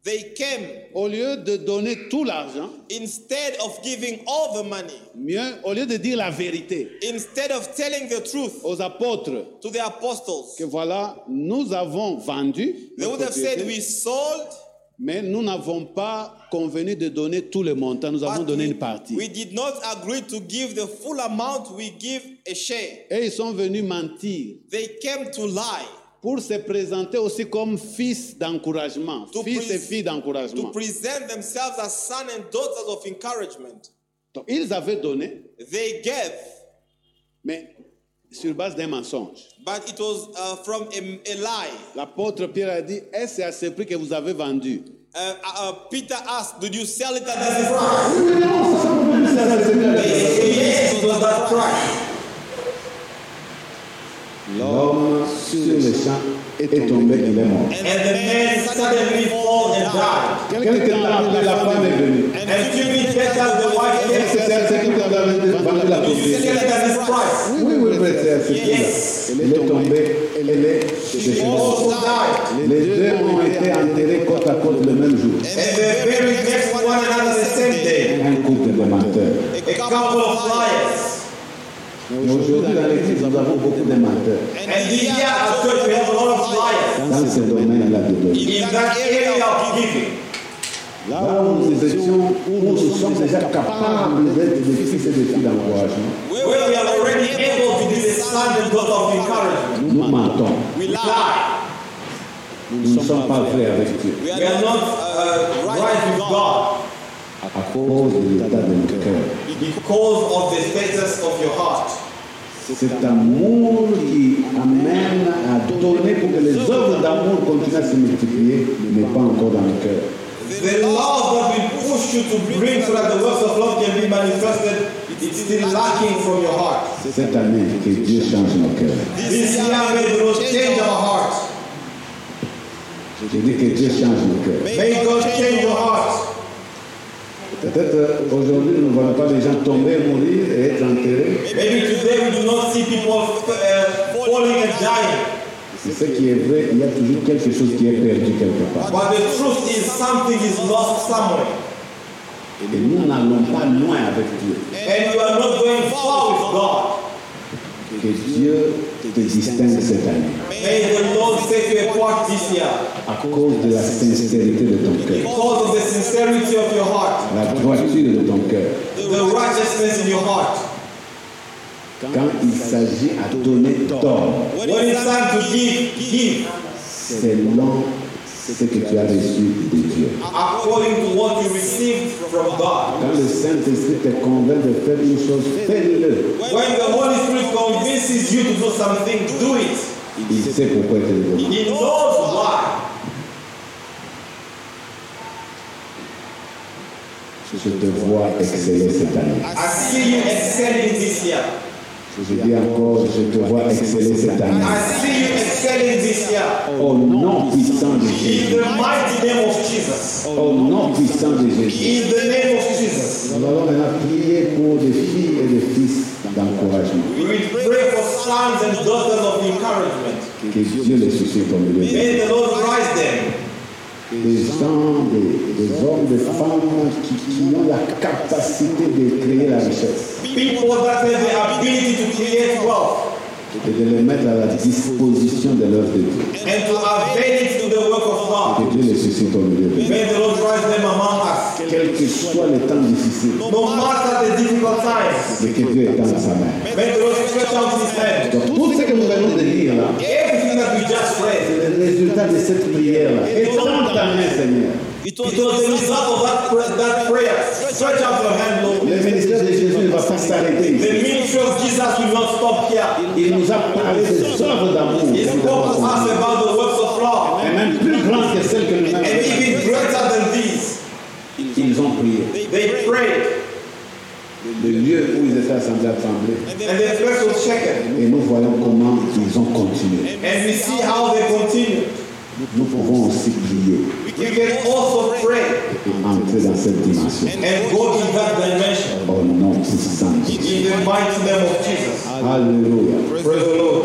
They came au lieu de donner tout l'argent, instead of giving all the money, mieux, au lieu de dire la vérité instead of telling the truth aux apôtres, to the apostles. que voilà, nous avons vendu, They nos would have said, propriétés, We sold Mais nous n'avons pas convenu de donner tout le montant, nous avons But donné we- une partie. We did not agree to give the full amount, we give a share. Et ils sont venus mentir They came to lie, pour se présenter aussi comme fils d'encouragement, To fils et pres- filles to d'encouragement. present themselves as son and daughters of encouragement. Donc, ils avaient donné, They gave, mais sur base d'un mensonge. but it was uh, from a, a lie. L'apôtre Pierre a dit, est-ce à ce prix que vous avez vendu Uh, uh, Peter asked, Did you sell it at that price? They said, Yes, it was at that price. L'homme sur le champ est tombé, il est mort. And, the man suddenly fell and died. Quelque temps après, la femme est venue. And, two minutes later, the wife Est-ce que came. c'est à ce que vous avez vendu la Did you propriété sell it at that price? Oui, oui, oui, c'est à ce Yes. prix-là. Elle est tombée, elle est décédée. She also died. Les deux ont été enterrés côte à côte le même jour. And they were buried next to one another the same day. Un couple de menteurs. A couple of liars. Mais aujourd'hui, dans l'église, nous avons beaucoup de menteurs. And here at church, we have a lot of liars. Dans ce domaine-là de l'Église. In that area of giving, Là où nous étions, où nous sommes déjà capables d'être des fils et des filles d'encouragement, where we are already able to be the son and daughter of encouragement, nous mentons. we lie. Nous ne sommes pas vrais avec Dieu. We are not uh, right with God À cause de l'état de notre cœur. because of the status of your heart. Cet amour qui amène à donner pour que les œuvres d'amour continuent à se multiplier n'est pas encore dans le cœur. The love that will push you to bring so that the works of love can be manifested, it's still lacking from your heart. Cette année, que Dieu change nos cœurs. This year may the Lord change our heart. Je dis que Dieu change nos cœurs. May God change your heart. Peut-être euh, aujourd'hui, nous ne voyons pas les gens tomber, mourir et être enterrés. Maybe today we do not see people uh, falling and dying, C'est ce qui est vrai, il y a toujours quelque chose qui est perdu quelque part. but the truth is something is lost somewhere, Et nous n'allons pas loin avec Dieu. and you are not going far with God. Que Dieu te distingue cette année May the Lord set you apart this year. à cause de la sincérité de ton cœur, Because of the sincerity of your heart, la droiture de ton cœur. the righteousness in your heart. Quand il s'agit à donner tort, When it's time to give, give selon ce que tu as reçu de Dieu. according to what you received from God. Quand le Saint-Esprit te convainc de faire une chose, fais-le. When the Holy Spirit convinces you to do something, do it. Il sait pourquoi il te le demande. He knows why. Je te vois exceller cette année. I see you excelling this year. Je dis encore, je te vois exceller cette année. I see you excelling this year. Au nom puissant de In Jésus. the mighty name of Jesus. Au nom puissant de Jésus. In the name of Jesus. Nous allons maintenant prier pour des filles et des fils d'encouragement. We pray for sons and daughters of encouragement. Que Dieu les suscite au milieu d'elles. May the Lord rise them. des gens, des, des hommes, des femmes qui, qui ont la capacité de créer la richesse people that have the ability to create wealth et de les mettre à la disposition de l'œuvre de Dieu. and to avail it to the work of God. Que Dieu les suscite au milieu d'eux. May the Lord rise them among us. Quel que soit le temps difficile, No matter the difficult times, mais que Dieu étend sa main. may the Lord stretch out his hand. Donc tout ce que nous venons de lire là, Everything that we just read, c'est le résultat de cette prière là. Étend ta main Seigneur. it was the result of that, pra- that prayer. Stretch out your hand, Lord. Le ministère de Jésus ne va pas s'arrêter The ici. ministry of Jesus will not stop here. Il nous a parlé des œuvres d'amour. He spoke to us about the works of love Et même plus grandes que celles que nous and avons. even greater than these. Ils ont prié. They prayed le lieu où ils étaient assemblés, assemblés. and their faith was shaken. Et nous voyons comment ils ont continué. And we see how they continued. Nous pouvons aussi prier We can also pray et entrer dans cette dimension. and go in that dimension Au nom puissant de Jésus. in the mighty name of Jesus. Alléluia. Praise the Lord.